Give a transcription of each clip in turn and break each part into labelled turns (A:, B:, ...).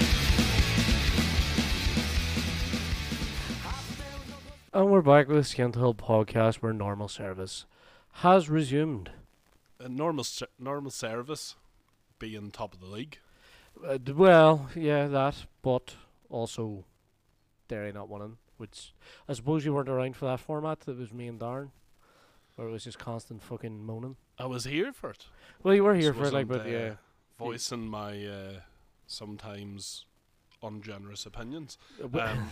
A: And Oh, we're back with the Skint Hill podcast where normal service has resumed.
B: A normal ser- normal service being top of the league.
A: Uh, d- well, yeah, that, but also Derry not winning, which I suppose you weren't around for that format. It was me and Darren, where it was just constant fucking moaning.
B: I was here for it.
A: Well, you were
B: Just
A: here for it, like,
B: wasn't,
A: but
B: uh,
A: yeah.
B: voicing my uh, sometimes ungenerous opinions.
A: W-
B: Um,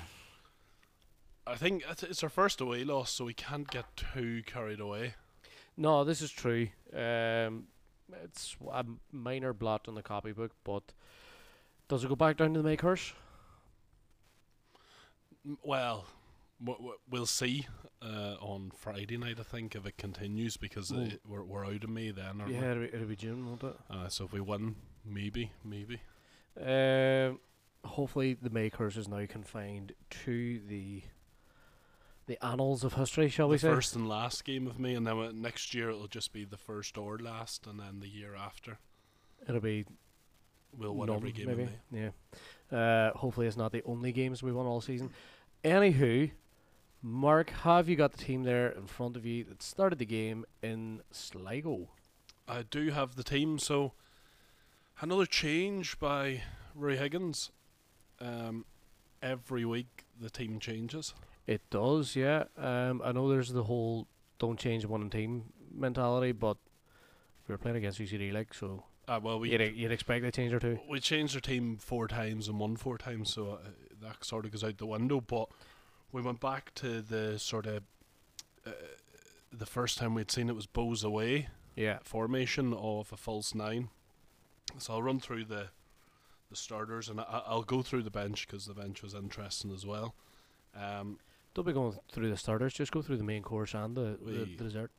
B: I think it's- it's our first away loss, so we can't get too carried away.
A: No, this is true. Um, it's w- a m- minor blot on the copybook, but does it go back down to the May curse?
B: M- Well, w- w- we'll see uh, on Friday night. I think if it continues because
A: Well-
B: it, we're we're out of May then. Aren't
A: Yeah, it'll be, it'll be June, won't it?
B: We? Uh, so if we win, maybe, maybe.
A: Um, hopefully, the May curse is now confined to the the annals of history, shall we
B: the
A: say?
B: first and last game of me, and then uh, next year it'll just be the first or last, and then the year after
A: It'll be
B: we'll win every
A: none,
B: game
A: maybe.
B: of me.
A: Yeah. Uh, hopefully, it's not the only games we won all season. Anywho, Mark, have you got the team there in front of you that started the game in Sligo?
B: I do have the team, so another change by Roy Higgins. Um, every week the team changes.
A: It does, yeah. Um, I know there's the whole don't change one team mentality, but we were playing against UCD, like, so
B: Uh, well, we
A: you'd, you'd expect a change or two.
B: we changed our team four times and won four times, so uh, that sort of goes out the window. But we went back to the sort of uh, the first time we'd seen it was Bows away.
A: Yeah.
B: formation of a false nine. So I'll run through the the starters and I, I'll go through the bench because the bench was interesting as well. Um,
A: Don't be going through the starters, just go through the main course and the, the,
B: We-
A: the dessert.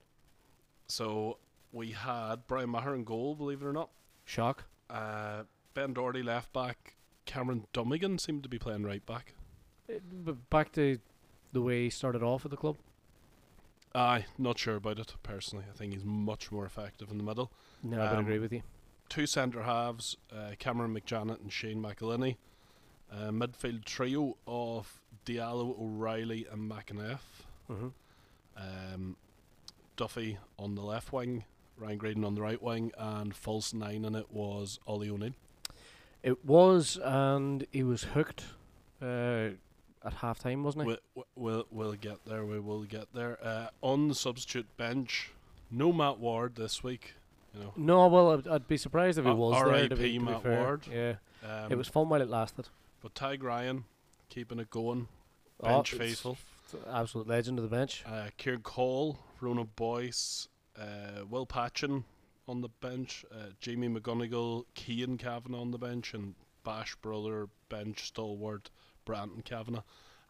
B: so we had Brian Maher in goal, believe it or not.
A: Shock.
B: Uh, ben Doherty left back. Cameron Dummigan seemed to be playing right back.
A: Uh, but back to the way he started off at the club.
B: Aye, not sure about it personally. I think he's much more effective in the middle.
A: No, I would
B: Um,
A: agree with you.
B: Two centre halves, uh, Cameron McJanet and Shane McElhinney. Uh, midfield trio of Diallo, O'Reilly, and McInniff.
A: Mm-hmm.
B: um, Duffy on the left wing, Ryan Graydon on the right wing, and false nine in it was Ollie O'Neill.
A: It was, and he was hooked uh, at half time, wasn't he?
B: We, we- we'll, we'll get there, we will get there. Uh, on the substitute bench, no Matt Ward this week. You know,
A: no, well, I'd, I'd be surprised if he
B: Uh,
A: was there. To be,
B: RIP
A: to be
B: Matt
A: fair.
B: Ward.
A: Yeah,
B: um,
A: it was fun while it lasted.
B: but Tig Ryan keeping it going,
A: Oh,
B: bench
A: it's-
B: faithful.
A: It's an absolute legend of the bench.
B: Uh, Kieran Cole, Rona Boyce, uh, Will Patchen on the bench, uh, Jamie McGonigal, Kean Kavanagh on the bench, and Bash Brother, bench stalwart, Branton Kavanagh.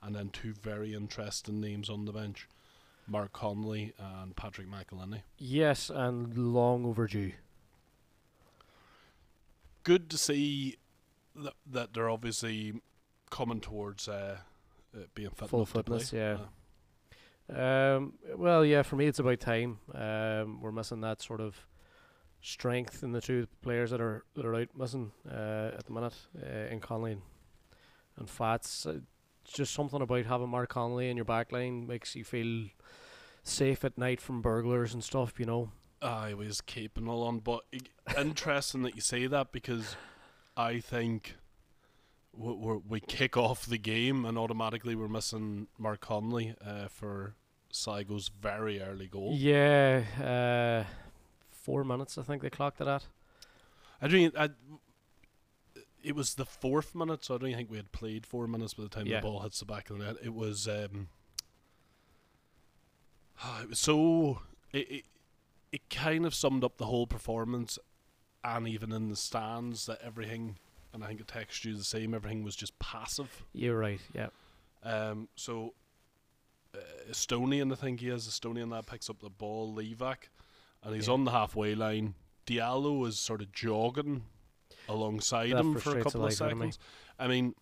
B: And then two very interesting names on the bench Mark Conley and Patrick McElhinney.
A: Yes, and long overdue.
B: Good to see that, that they're obviously coming towards uh, uh, being fit
A: Full
B: enough to play. Uh,
A: fitness, yeah. Um, well, yeah, for me, it's about time. Um, we're missing that sort of strength in the two players that are that are out missing uh, at the minute uh, in Conley and, and Fats. Uh, it's just something about having Mark Conley in your back line makes you feel safe at night from burglars and stuff. You know,
B: I was keeping all on, but i- interesting that you say that because I think we we're, we kick off the game and automatically we're missing Mark Conley uh, for Saigo's very early goal.
A: yeah. Uh, four minutes, I think they clocked it at.
B: I don't. e, I, it was the fourth minute, so I don't think we had played four minutes by the time
A: Yeah.
B: the ball hits the back of the net. It was. Um, it was so. It, it it kind of summed up the whole performance, and even in the stands that everything, and I think it texted you the same. Everything was just passive.
A: You're right. Yeah.
B: Um, so uh, Estonian, I think he is Estonian that picks up the ball, Levac, and he's
A: Yeah.
B: on the halfway line. Diallo is sort of jogging alongside
A: That
B: him for a
A: frustrates the
B: couple of
A: life out of me.
B: seconds. I mean,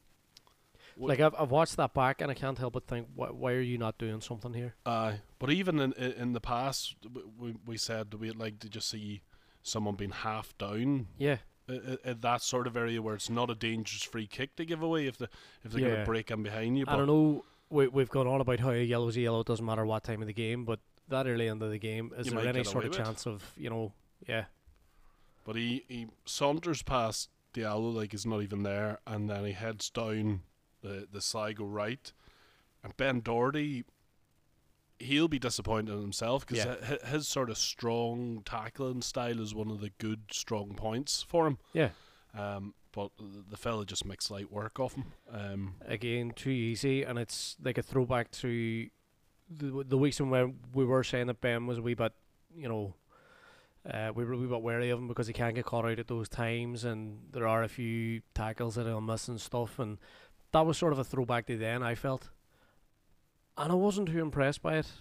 B: Wh-
A: Like I've, I've watched that back and I can't help but think, why, why are you not doing something here?
B: uh, but even in in in the past, w- we we said we'd like to just see someone being half down
A: Yeah,
B: i- i- in that sort of area where it's not a dangerous free kick to give away if the if they're
A: Yeah.
B: going to break in behind you.
A: I
B: But
A: don't know we we've gone on about how a yellow's a yellow it doesn't matter what time of the game, but that early into the game, is
B: You
A: there
B: might
A: any
B: get
A: sort of
B: away with it.
A: chance of you know? Yeah,
B: But he, he saunters past Diallo like he's not even there, and then he heads down the, the side go right. And Ben Doherty, he'll be disappointed in himself because
A: Yeah.
B: his sort of strong tackling style is one of the good strong points for him.
A: yeah.
B: Um, but the- the fella just makes light work of him. Um,
A: Again, too easy, and it's like a throwback to the the weeks when we- we were saying that Ben was a wee bit, you know, uh, we were a wee bit wary of him because he can get caught out at those times, and there are a few tackles that he'll miss and stuff, and that was sort of a throwback to then. I felt, and I wasn't too impressed by it,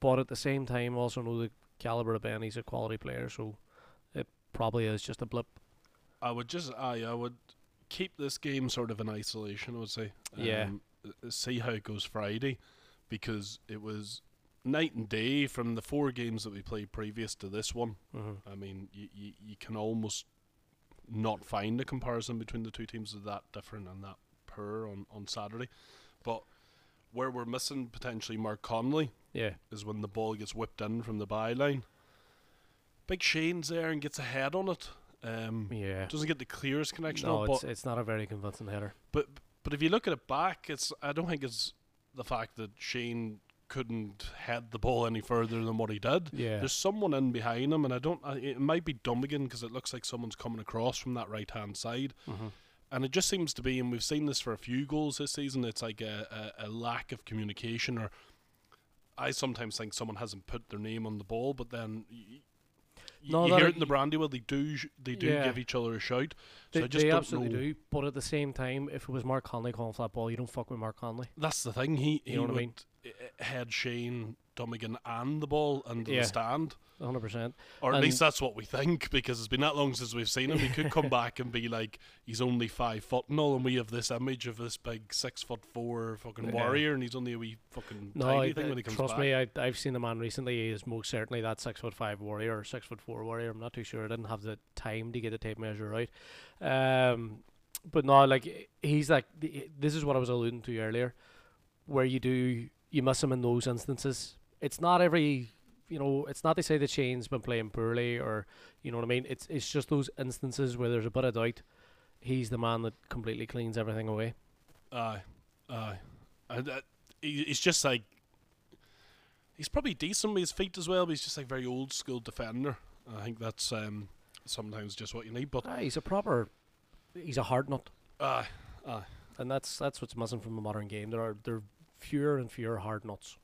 A: but at the same time, also know the caliber of Ben. He's a quality player, so it probably is just a blip.
B: I would just, I, I would keep this game sort of in isolation. I would say,
A: Yeah.
B: uh, See how it goes Friday, because it was night and day from the four games that we played previous to this one.
A: Mm-hmm.
B: I mean, you you, you can almost not find a comparison between the two teams of that different and that poor on on Saturday, but where we're missing potentially Mark Conley,
A: Yeah,
B: is when the ball gets whipped in from the byline. Big Shane's there and gets a head on it. Um,
A: yeah.
B: Doesn't get the clearest connection,
A: No,
B: up,
A: it's
B: but,
A: it's not a very convincing header.
B: but but if you look at it back, it's I don't think it's the fact that Shane couldn't head the ball any further than what he did.
A: Yeah.
B: There's someone in behind him, and I don't. I, it might be Dummigan because it looks like someone's coming across from that right hand side.
A: Mhm.
B: And it just seems to be, and we've seen this for a few goals this season. It's like a, a, a lack of communication, or I sometimes think someone hasn't put their name on the ball, but then y- y-
A: No,
B: you
A: that
B: hear
A: I-
B: it in the brandy. Well, they do, sh- they do
A: Yeah.
B: give each other a shout. So
A: They,
B: I just
A: they
B: don't
A: absolutely
B: know.
A: do, but at the same time, if it was Mark Conley calling for that ball, you don't fuck with Mark Conley.
B: That's the thing. He, he
A: You know what I
B: would
A: mean?
B: uh, head Shane Dummigan and the ball into
A: Yeah.
B: the stand.
A: 100%.
B: Or at
A: And-
B: least that's what we think, because it's been that long since we've seen him. He could come back and be like, he's only five foot and all, and we have this image of this big six foot four fucking
A: Yeah.
B: warrior, and he's only a wee fucking
A: No,
B: tiny
A: I-
B: thing
A: I-
B: when he comes
A: trust
B: back.
A: me, I, I've seen the man recently. He is most certainly that six foot five warrior or six foot four warrior. I'm not too sure. I didn't have the time to get the tape measure out. Um, but no, like he's like th- this is what I was alluding to earlier, where you do you miss him in those instances. It's not every you know. It's not to say that Shane's been playing poorly or you know what I mean. It's it's just those instances where there's a bit of doubt. He's the man that completely cleans everything away.
B: Aye, aye. And, uh, he, he's just like, he's probably decent with his feet as well, but he's just like very old school defender. I think that's um, sometimes just what you need, but
A: Ah, he's a proper. He's a hard nut.
B: aye.
A: and that's that's what's missing from the modern game. There are there are fewer and fewer hard nuts.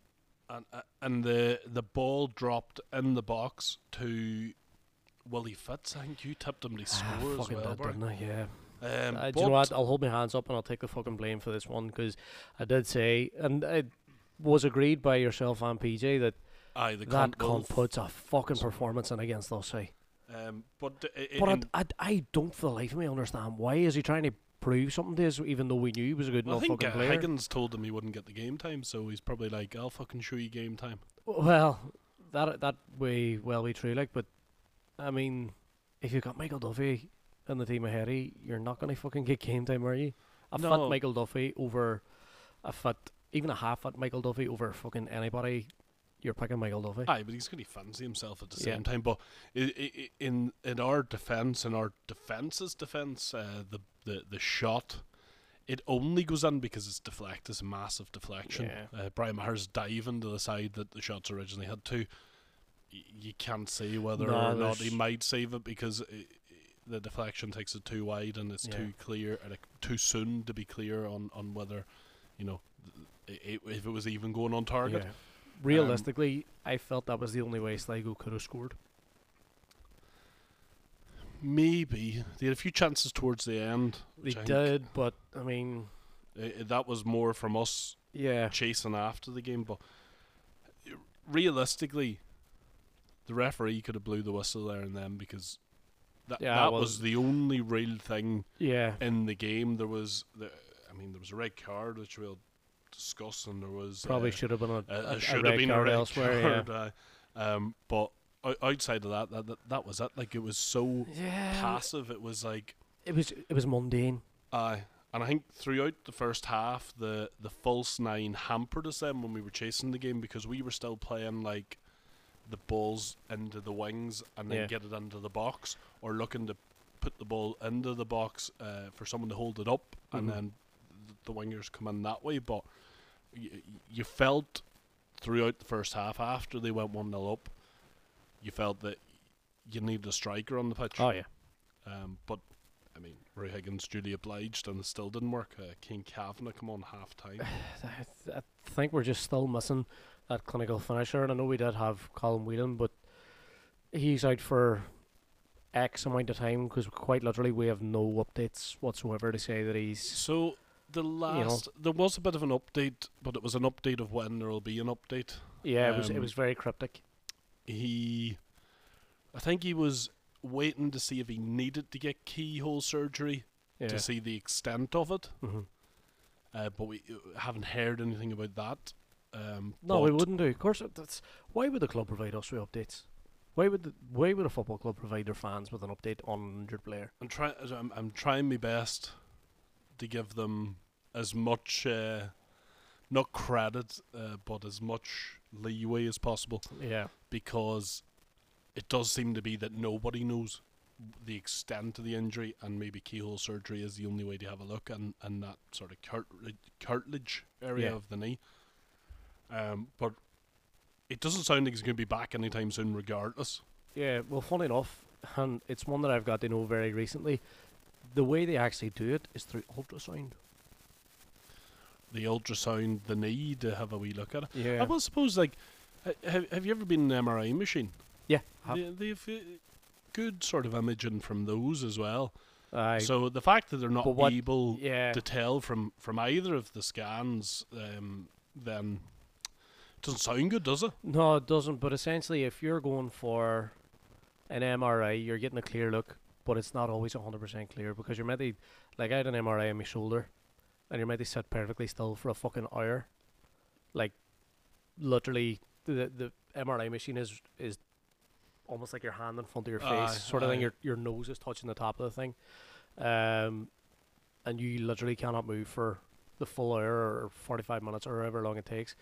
B: and uh, and the the ball dropped in the box to Willie Fitz. I think you tipped him to score as
A: Ah, fucking
B: well.
A: did,
B: Brian.
A: didn't I? Yeah.
B: Um,
A: Uh, do
B: but
A: you know what? I'll hold my hands up and I'll take the fucking blame for this one because I did say, and it was agreed by yourself and PJ that
B: Aye, the
A: that
B: cunt will
A: cunt puts a fucking performance in against us. Eh?
B: f- Um, but d- i- i-
A: But
B: in-
A: I, I, I don't for the life of me understand why is he trying to prove something to us even though we knew he was a good
B: well, I
A: enough
B: think
A: fucking
B: uh,
A: player.
B: Higgins told him he wouldn't get the game time, so he's probably like, "I'll fucking show you game time."
A: Well, that that way well be true, like, but I mean, if you got Michael Duffy in the team ahead of you, you're not gonna fucking get game time, are you? A
B: No.
A: fit Michael Duffy over a fit, even a half fit Michael Duffy over fucking anybody. You're picking Michael Duffy.
B: Aye, but he's going to fancy himself at the
A: Yeah.
B: same time. But i- i- i- in in our defence, in our defence's defence, uh, the, the the shot, it only goes in because it's deflect. It's a massive deflection.
A: Yeah.
B: Uh, Brian Maher's diving to the side that the shots originally had to. Y- You can't say whether
A: No,
B: or not he
A: there's-
B: might save it because i i the deflection takes it too wide and it's
A: Yeah.
B: too clear and it, too soon to be clear on, on whether, you know, th- i i if it was even going on target.
A: Yeah. Realistically, I felt that was the only way Sligo could have scored.
B: Maybe they had a few chances towards the end.
A: They
B: which I think,
A: did, but I mean,
B: uh, that was more from us
A: yeah,
B: chasing after the game, but uh, realistically, the referee could have blew the whistle there and then because that
A: Yeah,
B: that
A: well-
B: was the only real thing
A: yeah,
B: in the game. There was, the, I mean, there was a red card which we'll discuss, and there was
A: probably
B: uh,
A: should have been a,
B: uh,
A: a,
B: there
A: a red
B: should have been a
A: card
B: red
A: elsewhere.
B: card. uh, um, but o- outside of that, that, that, that was it. Like it was so
A: Yeah, yeah.
B: passive. It was like.
A: It was it was mundane.
B: Aye, And I think throughout the first half, the the false nine hampered us then when we were chasing the game because we were still playing like the balls into the wings and then
A: Yeah.
B: get it into the box, or looking to put the ball into the box uh, for someone to hold it up, and
A: Mhm.
B: then th- the wingers come in that way. But y- y- you felt throughout the first half after they went one 0 up, you felt that you needed a striker on the pitch.
A: Oh yeah,
B: Um, but I mean, Roy Higgins duly obliged, and it still didn't work. Uh, King Kavanagh come on half time.
A: I, th- I think we're just still missing that clinical finisher. And I know we did have Colin Whelan, but he's out for X amount of time because quite literally we have no updates whatsoever to say that he's.
B: so the
A: know.
B: last there was a bit of an update, but it was an update of when there will be an update.
A: Yeah, it was it
B: Um,
A: was very cryptic.
B: He, I think he was waiting to see if he needed to get keyhole surgery
A: Yeah.
B: to see the extent of it.
A: Mhm.
B: Uh, but we uh, haven't heard anything about that. Um,
A: No, we
B: but
A: wouldn't do. Of course, it- that's why would the club provide us with updates? Why would the, why would a football club provide their fans with an update on an injured player?
B: I'm trying. I'm, I'm trying my best to give them as much, uh, not credit, uh, but as much leeway as possible,
A: Yeah,
B: because it does seem to be that nobody knows the extent of the injury, and maybe keyhole surgery is the only way to have a look, and and that sort of cartilage, cartilage area
A: Yeah.
B: of the knee. Um, but it doesn't sound like he's going to be back anytime soon, regardless.
A: yeah. Well, funny enough, and it's one that I've got to know very recently. The way they actually do it is through ultrasound.
B: The ultrasound, the knee, to have a wee look at it.
A: Yeah,
B: I will suppose, like, ha- have, have you ever been in an MRI machine?
A: yeah. Have,
B: They, they've uh, good sort of imaging from those as well.
A: aye.
B: so the fact that they're not
A: But what-
B: able
A: yeah,
B: to tell from, from either of the scans, um, then doesn't sound good, does it?
A: no, it doesn't. But essentially, if you're going for an MRI, you're getting a clear look, but it's not always hundred percent clear because you're meant to, like, I had an MRI on my shoulder, and you're meant to sit perfectly still for a fucking hour, like, literally, the the MRI machine is is almost like your hand in front of your face,
B: Aye,
A: sort of thing.
B: aye.
A: Your your nose is touching the top of the thing, um, and you literally cannot move for the full hour or forty five minutes or however long it takes,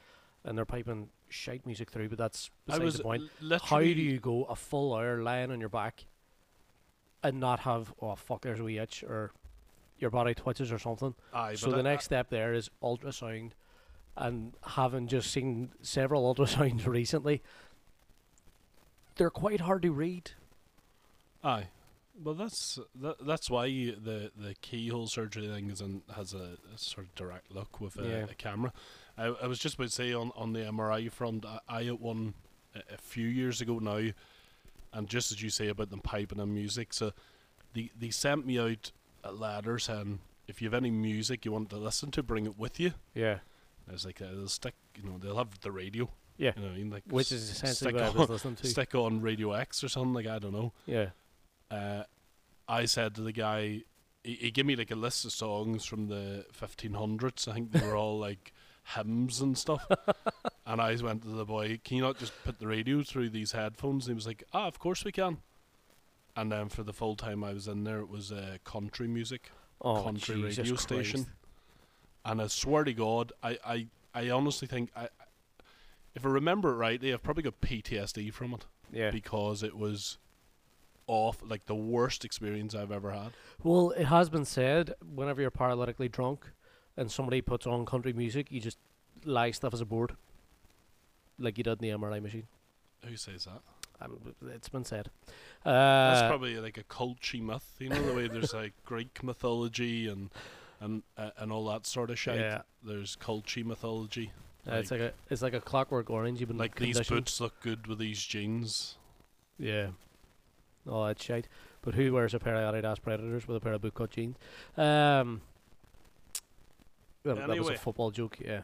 A: and they're piping shite music through. But that's
B: I
A: besides
B: was
A: the point.
B: l-
A: How do
B: literally.
A: you go a full hour lying on your back and not have oh fuck there's a wee itch or your body twitches or something?
B: Aye,
A: so
B: but
A: the
B: I-
A: next step there is ultrasound, and having just seen several ultrasounds recently, they're quite hard to read.
B: Aye. Well, that's that, that's why the the keyhole surgery thing is in, has a, a sort of direct look with a,
A: Yeah.
B: a camera. I, I was just about to say on, on the MRI front, I, I had one a, a few years ago now, and just as you say about them piping in music, so they they sent me out a letter saying if you have any music you want to listen to, bring it with you.
A: Yeah,
B: I was like, "Uh, they'll stick, you know, they'll have the radio.
A: Yeah.
B: you know, what I mean, like
A: which
B: s-
A: is essentially what I
B: stick
A: was
B: on,
A: listening to.
B: stick on Radio X or something like I don't know
A: Yeah,
B: uh, I said to the guy, he, he gave me like a list of songs from the 1500s. I think they were all like hymns and stuff. and I went to the boy, can you not just put the radio through these headphones? And he was like, ah, of course we can. And then for the full time I was in there, it was uh, country music,
A: oh
B: country
A: Jesus
B: radio
A: Christ.
B: station. And I swear to God, I, I, I honestly think I, if I remember it rightly, I've probably got PTSD from it
A: Yeah.
B: because it was off like the worst experience I've ever had.
A: Well, it has been said whenever you're paralytically drunk and somebody puts on country music, you just lie stuff as a board, like you did in the MRI machine.
B: Who says that?
A: Um, it's been said. Uh,
B: That's probably like a culty myth, you know, the way there's like Greek mythology and and uh, and all that sort of shit.
A: Yeah.
B: There's culty mythology.
A: uh, it's like a it's like a clockwork orange. You've been
B: like these
A: conditioned.
B: boots look good with these jeans.
A: Yeah. All that shite. But who wears a pair of Adidas Predators with a pair of bootcut jeans? Um, that, that was a
B: Anyway.
A: football joke. Yeah.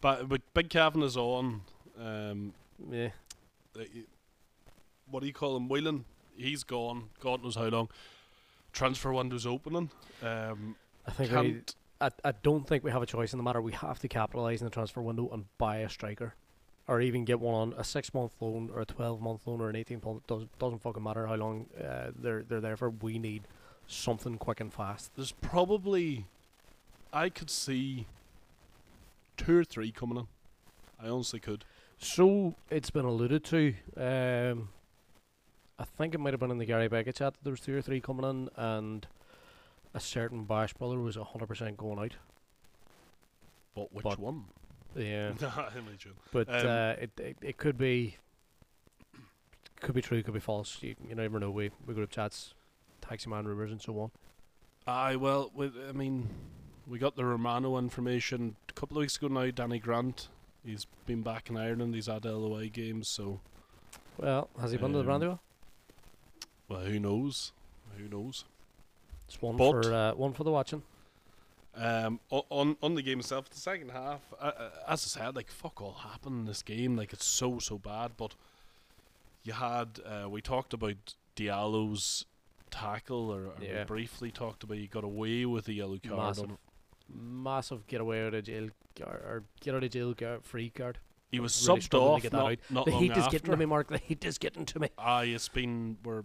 B: But but Big Kavanagh's on. Um,
A: Yeah.
B: uh, y- what do you call him? Whelan. He's gone. God knows how long. Transfer window's opening. Um,
A: I think we,
B: can't
A: I, I don't think we have a choice in the matter. We have to capitalise in the transfer window and buy a striker. Or even get one on a six month loan or a twelve month loan or an eighteen month doesn't doesn't fucking matter how long uh, they're they're there for. We need something quick and fast.
B: there's probably I could see two or three coming in. I honestly could.
A: So it's been alluded to. Um, I think it might have been in the Gary Beckett chat that there was two or three coming in, and a certain Bash brother was hundred percent going out.
B: But which
A: But-
B: one?
A: Yeah,
B: Nah, I'm only joking.
A: but
B: Um,
A: uh, it, it it could be could be true, could be false. You, you never know. We we group chats, taxi man rumors, and so on.
B: Aye, well, we, I mean, we got the Romano information a couple of weeks ago now. Danny Grant, he's been back in Ireland. He's had LOI games, so
A: Well, has he been to the
B: Um,
A: Brandywell?
B: well, who knows? Who knows?
A: It's one
B: but-
A: for uh, one for the watching.
B: Um, o- on on the game itself, the second half, uh, uh, as I said, like fuck all happened in this game. Like it's so so bad. But you had uh, we talked about Diallo's tackle, or, or we
A: Yeah.
B: briefly talked about he got away with the yellow card.
A: Massive.
B: on-
A: Massive getaway out of jail gar- or get out of jail gar- free card.
B: He was
A: Really
B: subbed
A: struggling to
B: off.
A: get that
B: not,
A: out.
B: not
A: the
B: long
A: heat is
B: after.
A: getting to me, Mark. The heat is getting to me.
B: Aye, it's been we're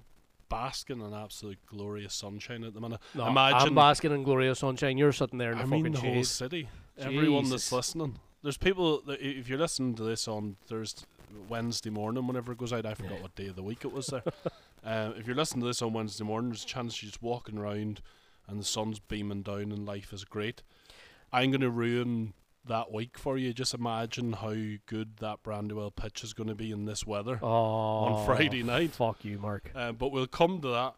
B: basking in absolute glorious sunshine at the minute.
A: No,
B: Imagine-
A: I'm basking in glorious sunshine. You're sitting there in
B: I
A: the
B: mean,
A: fucking
B: the whole
A: shade.
B: city, everyone that's
A: Jesus.
B: listening. There's people. That, i- if you're listening to this on Thursday, Wednesday morning, whenever it goes out, I forgot what day of the week it was there. um, if you're listening to this on Wednesday morning, there's a chance you're just walking around, and the sun's beaming down, and life is great. I'm going to ruin that week for you. Just imagine how good that Brandywell pitch is going to be in this weather.
A: Oh,
B: Friday night.
A: Fuck you, Mark.
B: Uh, but we'll come to that.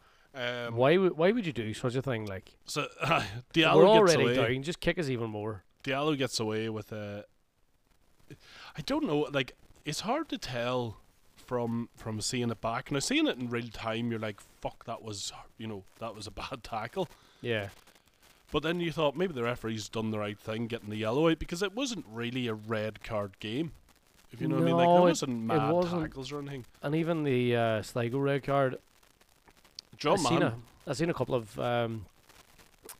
B: Um,
A: why would why would you do such a thing? Like
B: So Diallo
A: we're
B: gets
A: already
B: away.
A: down. Just kick us even more.
B: Diallo gets away with a. I don't know. Like it's hard to tell from from seeing it back. Now seeing it in real time, you're like, "Fuck, that was you know that was a bad tackle."
A: Yeah,
B: But then you thought maybe the referee's done the right thing getting the yellow out because it wasn't really a red card game. If you know what I mean, like
A: No,
B: there
A: it-
B: wasn't mad
A: wasn't.
B: tackles or anything.
A: and even the uh, Sligo red card. I've
B: John
A: seen a,
B: Mann,
A: I've seen a couple of um,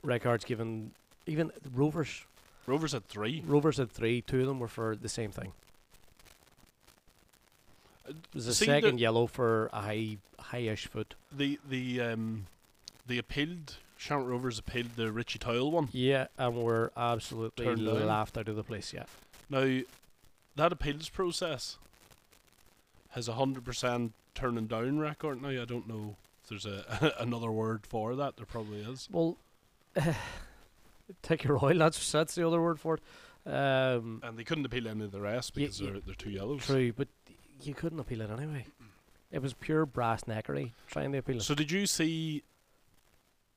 A: red cards given. Even Rovers,
B: Rovers at three.
A: Rovers had three. Two of them were for the same thing.
B: Uh,
A: It was a
B: see, there-
A: second yellow for a high, high-ish foot.
B: The the um the appealed Shamrock Rovers appealed the Richie Toyle one.
A: Yeah, and were absolutely
B: Turned down.
A: laughed out of the place. Yeah,
B: Now, that appeals process has a hundred percent turning down record. Now I don't know if there's a another word for that. There probably is.
A: Well, take your oil. That's that's the other word for it. Um,
B: And they couldn't appeal any of the rest
A: Ye-
B: because
A: ye-
B: they're they're too yellows.
A: true, but you couldn't appeal it anyway. It was pure brass neckery trying to appeal it.
B: So did you see?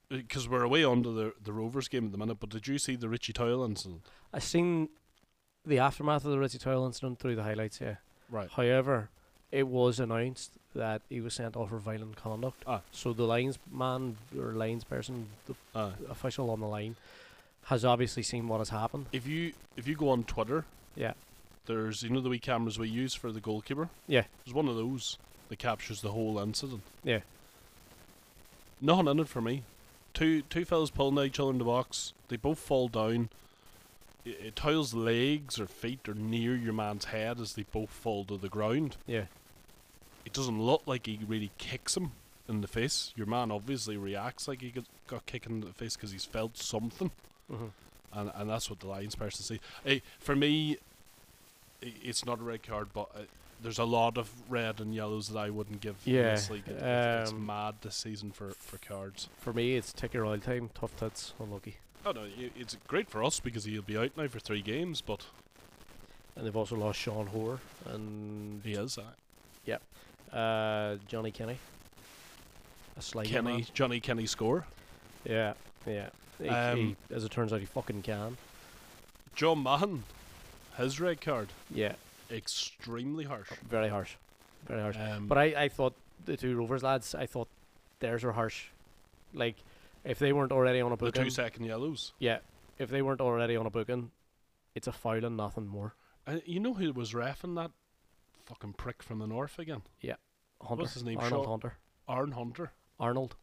B: Because we're away onto the the Rovers game at the minute, but did you see the Richie Toyle incident?
A: I seen the aftermath of the Richie Toyle incident through the highlights. Yeah.
B: Right.
A: However, it was announced that he was sent off for violent conduct.
B: Ah.
A: So the linesman or lines person, the
B: Uh,
A: official on the line, has obviously seen what has happened.
B: if you if you go on Twitter,
A: Yeah.
B: there's you know the wee cameras we use for the goalkeeper.
A: Yeah.
B: there's one of those that captures the whole incident.
A: Yeah.
B: Nothing in it for me. Two two fellas pulling at each other in the box. They both fall down. It, it Toyle's legs or feet are near your man's head as they both fall to the ground.
A: Yeah.
B: It doesn't look like he really kicks him in the face. Your man obviously reacts like he got, got kicked in the face because he's felt something
A: hmm
B: and and that's what the Lions person see. Eh, for me, i- it's not a red card, but uh, there's a lot of red and yellows that I wouldn't give. in
A: Yeah,
B: this league. It- it- it's
A: um,
B: mad this season for for cards.
A: For me, it's take your oil time. Tough tits, unlucky.
B: Oh no, i- it's great for us because he'll be out now for three games, but
A: And they've also lost Sean Hoare and
B: he is uh,
A: uh, Johnny Kenny. A Sligo
B: Kenny
A: man.
B: Johnny Kenny score.
A: Yeah, yeah. He,
B: Um,
A: he- as it turns out, he fucking can.
B: John Mahan, his red card
A: Yeah,
B: extremely harsh.
A: very harsh. Very harsh.
B: Um,
A: But I, I thought the two Rovers lads, I thought theirs were harsh. Like, if they weren't already on a
B: the two
A: booking.
B: second yellows.
A: Yeah, if they weren't already on a booking, it's a foul and nothing more.
B: Uh, you know who was refing that fucking prick from the north again?
A: Hunter.
B: What's his name,
A: Arnold
B: Shaw?
A: Hunter.
B: Aaron Hunter.
A: Arnold.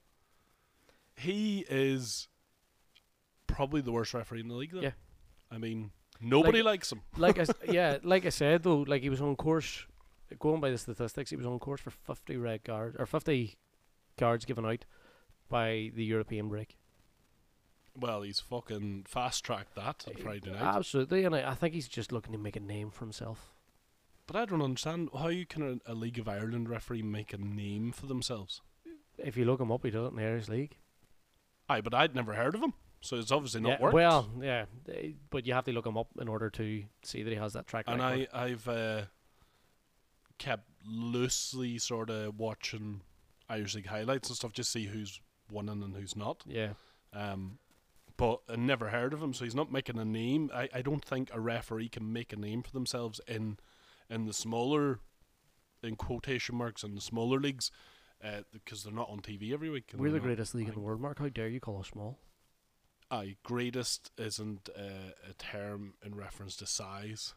B: he is probably the worst referee in the league. Though.
A: Yeah.
B: I mean, nobody likes him.
A: like I s- yeah, like I said though, like he was on course, going by the statistics, he was on course for fifty red cards or fifty cards given out by the European break.
B: Well, he's fucking fast tracked that on Friday night.
A: Absolutely, and I, I think he's just looking to make a name for himself.
B: But I don't understand how you can a, a League of Ireland referee make a name for themselves.
A: If you look him up, he does it in the Irish League.
B: Aye, but I'd never heard of him, so it's obviously not
A: yeah,
B: worked.
A: Well, yeah, eh, but you have to look him up in order to see that he has that track
B: and
A: record.
B: I I've uh, kept loosely sort of watching Irish League highlights and stuff, just see who's winning and who's not.
A: yeah,
B: Um, but I never heard of him, so he's not making a name. I, I don't think a referee can make a name for themselves in in the smaller in quotation marks in the smaller leagues uh, because they're not on TV every week. and
A: we're the
B: they're not-
A: greatest league in the
B: like-
A: world, Mark. How dare you call us small?
B: Aye, greatest isn't uh, a term in reference to size.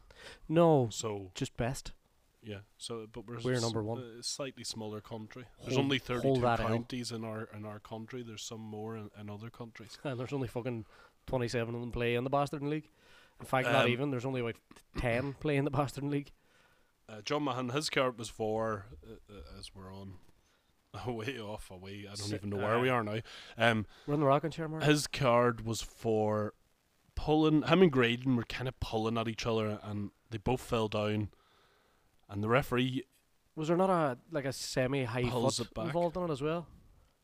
A: No,
B: So
A: just best.
B: Yeah. So, but we're,
A: We're
B: s-
A: number one.
B: A slightly smaller country. There's
A: Hold-
B: only
A: hold
B: 32
A: that L.
B: counties in our in our country. There's some more in, in other countries.
A: And there's only fucking twenty-seven of them play in the Bastardin League. In fact, not
B: Um,
A: even. There's only about ten play in the Bastardin League.
B: Uh, John Mahan, his card was four, uh, uh, as we're on. Way off, away. I don't
A: Si-
B: even know where we
A: uh,
B: are now. Um,
A: We're in the Rock and Chair, Mark.
B: his card was for pulling. Him and Graydon were kind of pulling at each other, and they both fell down. And the referee,
A: Was there not a like a semi-high
B: Pulls
A: foot
B: it back.
A: involved in it as well?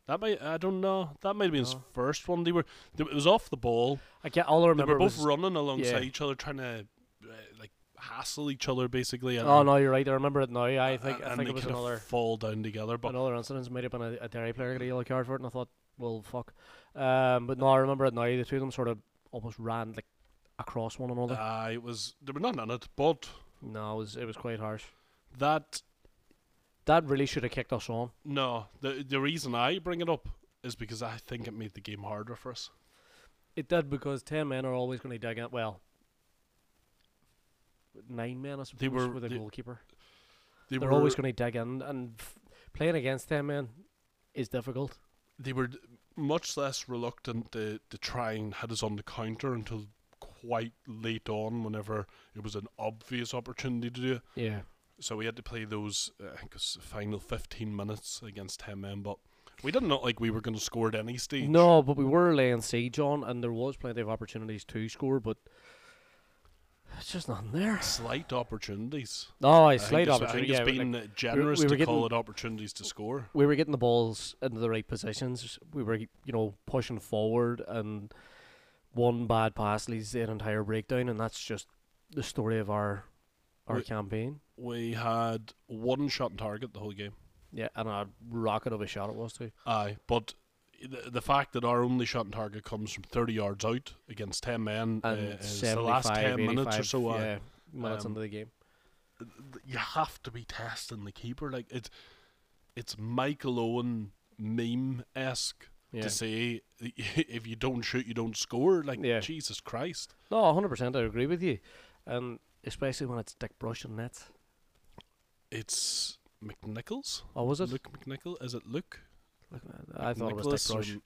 B: that might, I don't know, that might have been his
A: No.
B: first one. They were, they, it was off the ball.
A: I get all I
B: they
A: remember
B: were both
A: was
B: running alongside
A: yeah.
B: each other, trying to uh, like hassle each other, basically. And,
A: Oh no, you're right. I remember it now. I think
B: and
A: I
B: they
A: think it was
B: kinda
A: another
B: fall down together. But
A: another incident. It Might have been a, a dairy player got a yellow card for it, and I thought, well, fuck. Um, but no, I remember it now. The two of them sort of almost ran like across one another.
B: uh, it was they were not in it. But
A: no, it was it was quite harsh.
B: that
A: That really should have kicked us on.
B: no, the the reason I bring it up is because I think it made the game harder for us.
A: It did because ten men are always going to dig in. Well, nine men, I suppose,
B: were-
A: with a
B: they-
A: goalkeeper.
B: They
A: They are
B: were
A: always going to dig in, and f- playing against ten men is difficult.
B: they were d- much less reluctant to to try and hit us on the counter until quite late on, whenever it was an obvious opportunity to do it.
A: Yeah,
B: So we had to play those, uh, I think it was the final 15 minutes against 10 men, but we didn't look like we were going to score at any stage.
A: no, but we were laying siege on, and there was plenty of opportunities to score, but it's just nothing there.
B: Slight opportunities.
A: No,
B: I
A: a
B: think
A: slight
B: it's-
A: opportunity.
B: I
A: yeah,
B: think
A: but,
B: it's
A: like,
B: been generous
A: we were
B: to call
A: getting-
B: it opportunities to score.
A: we were getting the balls into the right positions. We were, you know, pushing forward, and one bad pass leads to an entire breakdown, and that's just the story of our our
B: We-
A: campaign.
B: We had one shot on target the whole game.
A: Yeah, and a rocket of a shot it was too.
B: Aye, but the, the fact that our only shot on target comes from 30 yards out against 10 men uh,
A: And
B: is the last
A: 75,
B: 10 minutes or
A: 85,
B: so. uh,
A: yeah, minutes
B: um,
A: into the game.
B: th- you have to be testing the keeper. Like it's, it's Michael Owen meme esque
A: Yeah.
B: to say if you don't shoot, you don't score. Like
A: Yeah.
B: Jesus Christ,
A: No, hundred percent. I agree with you, and especially when it's Dick Brush and nets.
B: it's McNichols.
A: Oh, was it?
B: Luke McNichol? Is it Luke?
A: Look, I thought it was
B: McNicholas
A: Dick
B: or
A: Brush.
B: M-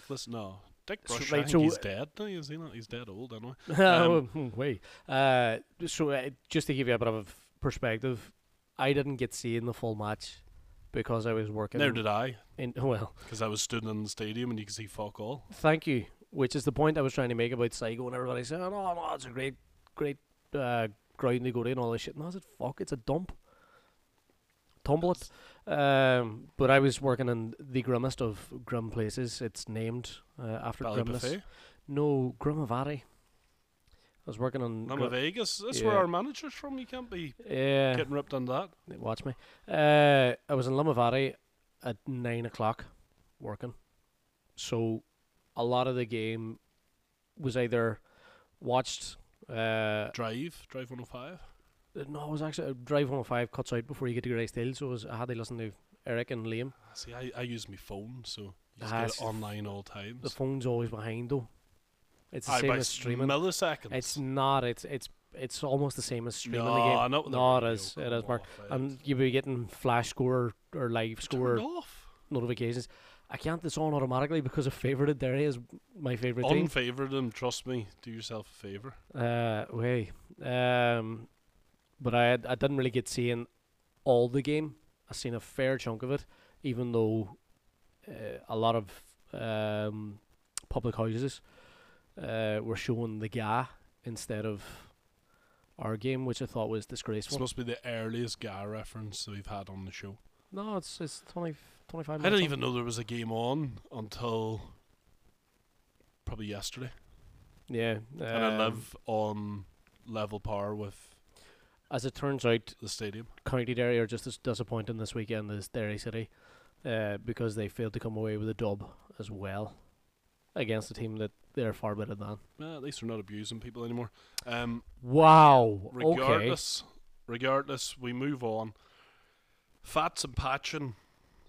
B: McNicholas? No, Dick
A: So,
B: Brush. I
A: right,
B: think
A: so-
B: he's dead. No, is he not? He's dead old anyway. Um,
A: Oh, hmm, Wait. Uh, so uh, just to give you a bit of perspective, I didn't get seen the full match because I was working.
B: Neither did I,
A: in, well,
B: because I was stood in the stadium and you could see fuck all.
A: thank you. Which is the point I was trying to make about Saigo and everybody saying, "Oh no, it's a great, great uh, ground to go to and all this shit." No, I said, "Fuck, it's a dump." Tumble it. Um, but I was working in the grimmest of grim places. It's named uh, after
B: Valley
A: grimness.
B: Buffet.
A: No, Grimavati. I was working on.
B: None
A: Gri-
B: of Vegas. That's where
A: Yeah.
B: our manager's from. You can't be
A: yeah.
B: getting ripped on that.
A: They Watch me. Uh, I was in Limavady at nine o'clock working. So a lot of the game was either watched. Uh,
B: Drive, Drive 105.
A: no, it was actually uh, Drive 105 cuts out before you get to Grey Steel. So it was, I had to listen to Eric and Liam.
B: See, I, I use my phone, so you just
A: Ah,
B: get it
A: it's-
B: online all times.
A: The phone's always behind though. It's the
B: Aye,
A: same
B: by
A: as streaming.
B: Milliseconds.
A: It's not. It's it's it's almost the same as streaming
B: no,
A: the game.
B: Not with the
A: no, it
B: radio,
A: is. It
B: come
A: is, Mark.
B: off it.
A: And you'll be getting flash score or live score.
B: Turned off.
A: notifications. I can't this on automatically because a favourite at Derry is my favourite team.
B: Unfavoured them, trust me. Do yourself a favour.
A: Uh, way. Um, but I had- I didn't really get seeing all the game. I seen a fair chunk of it, even though uh, a lot of um public houses uh, were showing the guy instead of our game, which I thought was
B: It's
A: disgraceful.
B: supposed to be the earliest guy reference that we've had on the show.
A: No, it's it's 20, 25 minutes.
B: I didn't
A: on.
B: even know there was a game on until probably yesterday,
A: Yeah,
B: and I
A: um,
B: live on level par with
A: As it turns out,
B: the stadium.
A: County Derry are just as disappointing this weekend as Derry City, uh, because they failed to come away with a dub as well against a team that they're far better than.
B: Nah, Eh, at least they're not abusing people anymore. Um,
A: Wow. Okay.
B: regardless, regardless, we move on. Fats and Patchin,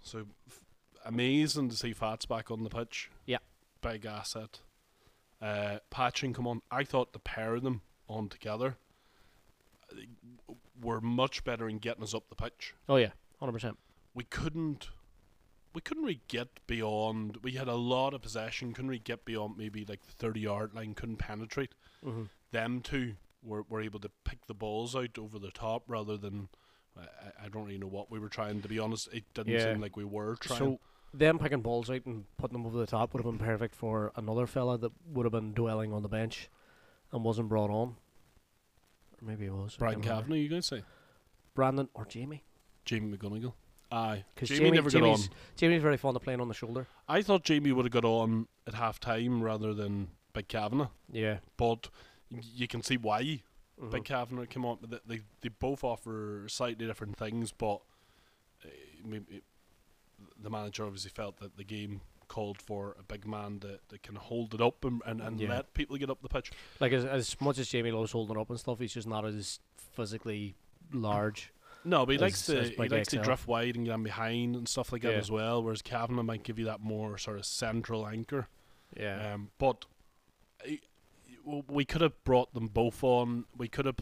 B: so f- amazing to see Fats back on the pitch.
A: Yeah.
B: big asset. Uh, Patchin, come on! I thought the pair of them on together uh, were much better in getting us up the pitch.
A: Oh yeah, hundred percent.
B: we couldn't we couldn't really get beyond we had a lot of possession couldn't really get beyond maybe like the 30 yard line couldn't penetrate
A: Mm-hmm.
B: them two were, were able to pick the balls out over the top rather than I, I- I don't really know what we were trying to be honest it didn't
A: Yeah.
B: seem like we were trying
A: So them picking balls out and putting them over the top would have been perfect for another fella that would have been dwelling on the bench and wasn't brought on. Or maybe it was. I
B: Brian
A: can't remember.
B: Kavanagh you going to say
A: Brandon or Jamie.
B: Jamie McGonigal aye
A: 'Cause
B: Jamie,
A: Jamie-
B: never
A: Jamie's-
B: got on
A: Jamie's very fond of playing on the shoulder.
B: I thought Jamie would have got on at half time rather than Big Kavanagh
A: Yeah.
B: but y- you can see why
A: mhm.
B: Big Kavanagh came on. They, they they both offer slightly different things, but uh, maybe it, the manager obviously felt that the game called for a big man that, that can hold it up and, and, and
A: Yeah.
B: let people get up the pitch.
A: Like as as much as Jamie loves holding up and stuff, he's just not as physically large.
B: No, but he
A: As-
B: likes to
A: as
B: he
A: Big
B: likes to
A: XL.
B: drift wide and get in behind and stuff like that
A: Yeah.
B: as well. Whereas Kavanagh might give you that more sort of central anchor.
A: Yeah.
B: Um, but I- w- we could have brought them both on. We could have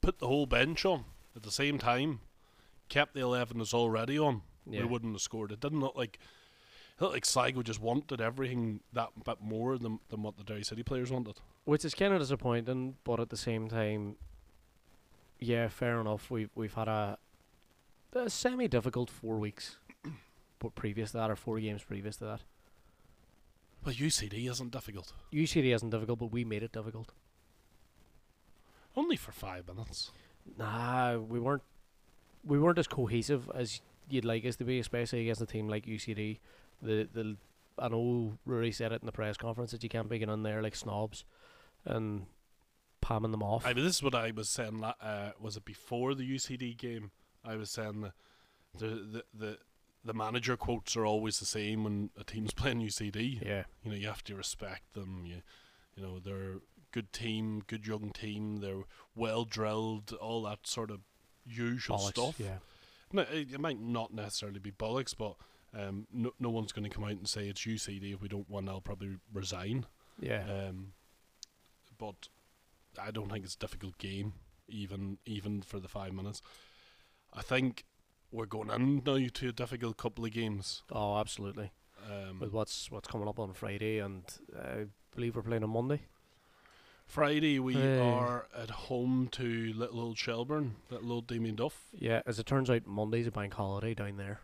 B: put the whole bench on at the same time. Kept the eleven that's already on.
A: Yeah.
B: We wouldn't have scored. It didn't look like it looked like Sligo just wanted everything that bit more than than what the Derry City players wanted.
A: Which is kind of disappointing, but at the same time, yeah, fair enough. We've we've had a, a semi difficult four weeks, but previous to that, or four games previous to that,
B: But UCD isn't difficult.
A: UCD isn't difficult, but we made it difficult.
B: Only for five minutes.
A: Nah, we weren't we weren't as cohesive as you'd like us to be, especially against a team like UCD. The the I know Rory said it in the press conference that you can't be getting in there like snobs and palming them off.
B: I mean, this is what I was saying. la- Uh, was it before the UCD game? I was saying the the the. the the manager quotes are always the same when a team's playing UCD.
A: yeah,
B: you know you have to respect them you you know they're a good team good young team they're well drilled all that sort of usual
A: bollocks.
B: stuff
A: Yeah,
B: no it, it might not necessarily be bollocks but um no, no one's going to come out and say it's ucd if we don't win they'll probably resign
A: yeah.
B: um but i don't think it's a difficult game even even for the five minutes i think we're going in now to a difficult couple of games
A: oh, absolutely.
B: um
A: With what's what's coming up on Friday, and uh, I believe we're playing on Monday.
B: Friday we
A: Hey.
B: are at home to little old Shelburne, little old Damien Duff,
A: Yeah, as it turns out, Monday's a bank holiday down there.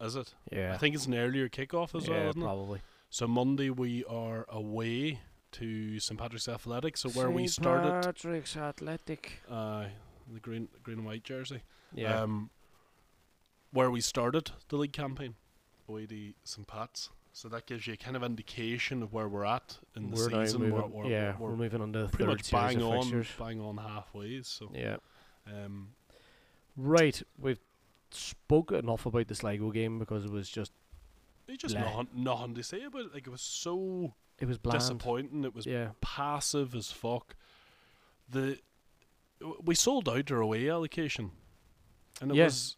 B: is it?
A: Yeah,
B: I think it's an earlier kickoff as
A: yeah,
B: well, isn't it?
A: probably.
B: So Monday we are away to St Patrick's Athletic, so where we started
A: Patrick's Athletic.
B: uh, the green green and white jersey.
A: Yeah,
B: Um where we started the league campaign. Away to St Pat's. So that gives you a kind of indication of where we're at in the
A: we're now
B: season.
A: moving.
B: We're, we're,
A: yeah,
B: we're,
A: we're, moving on to the
B: pretty
A: third
B: much
A: series
B: bang
A: of
B: on
A: fixtures.
B: bang on halfway, so
A: Yeah.
B: um
A: Right, we've spoke enough about the Sligo game because it was just
B: There's just
A: Like-
B: nothing, nothing to say about it. Like it was so
A: it was bland.
B: disappointing. It was
A: Yeah,
B: passive as fuck. The w- we sold out our away allocation, and it
A: Yeah.
B: was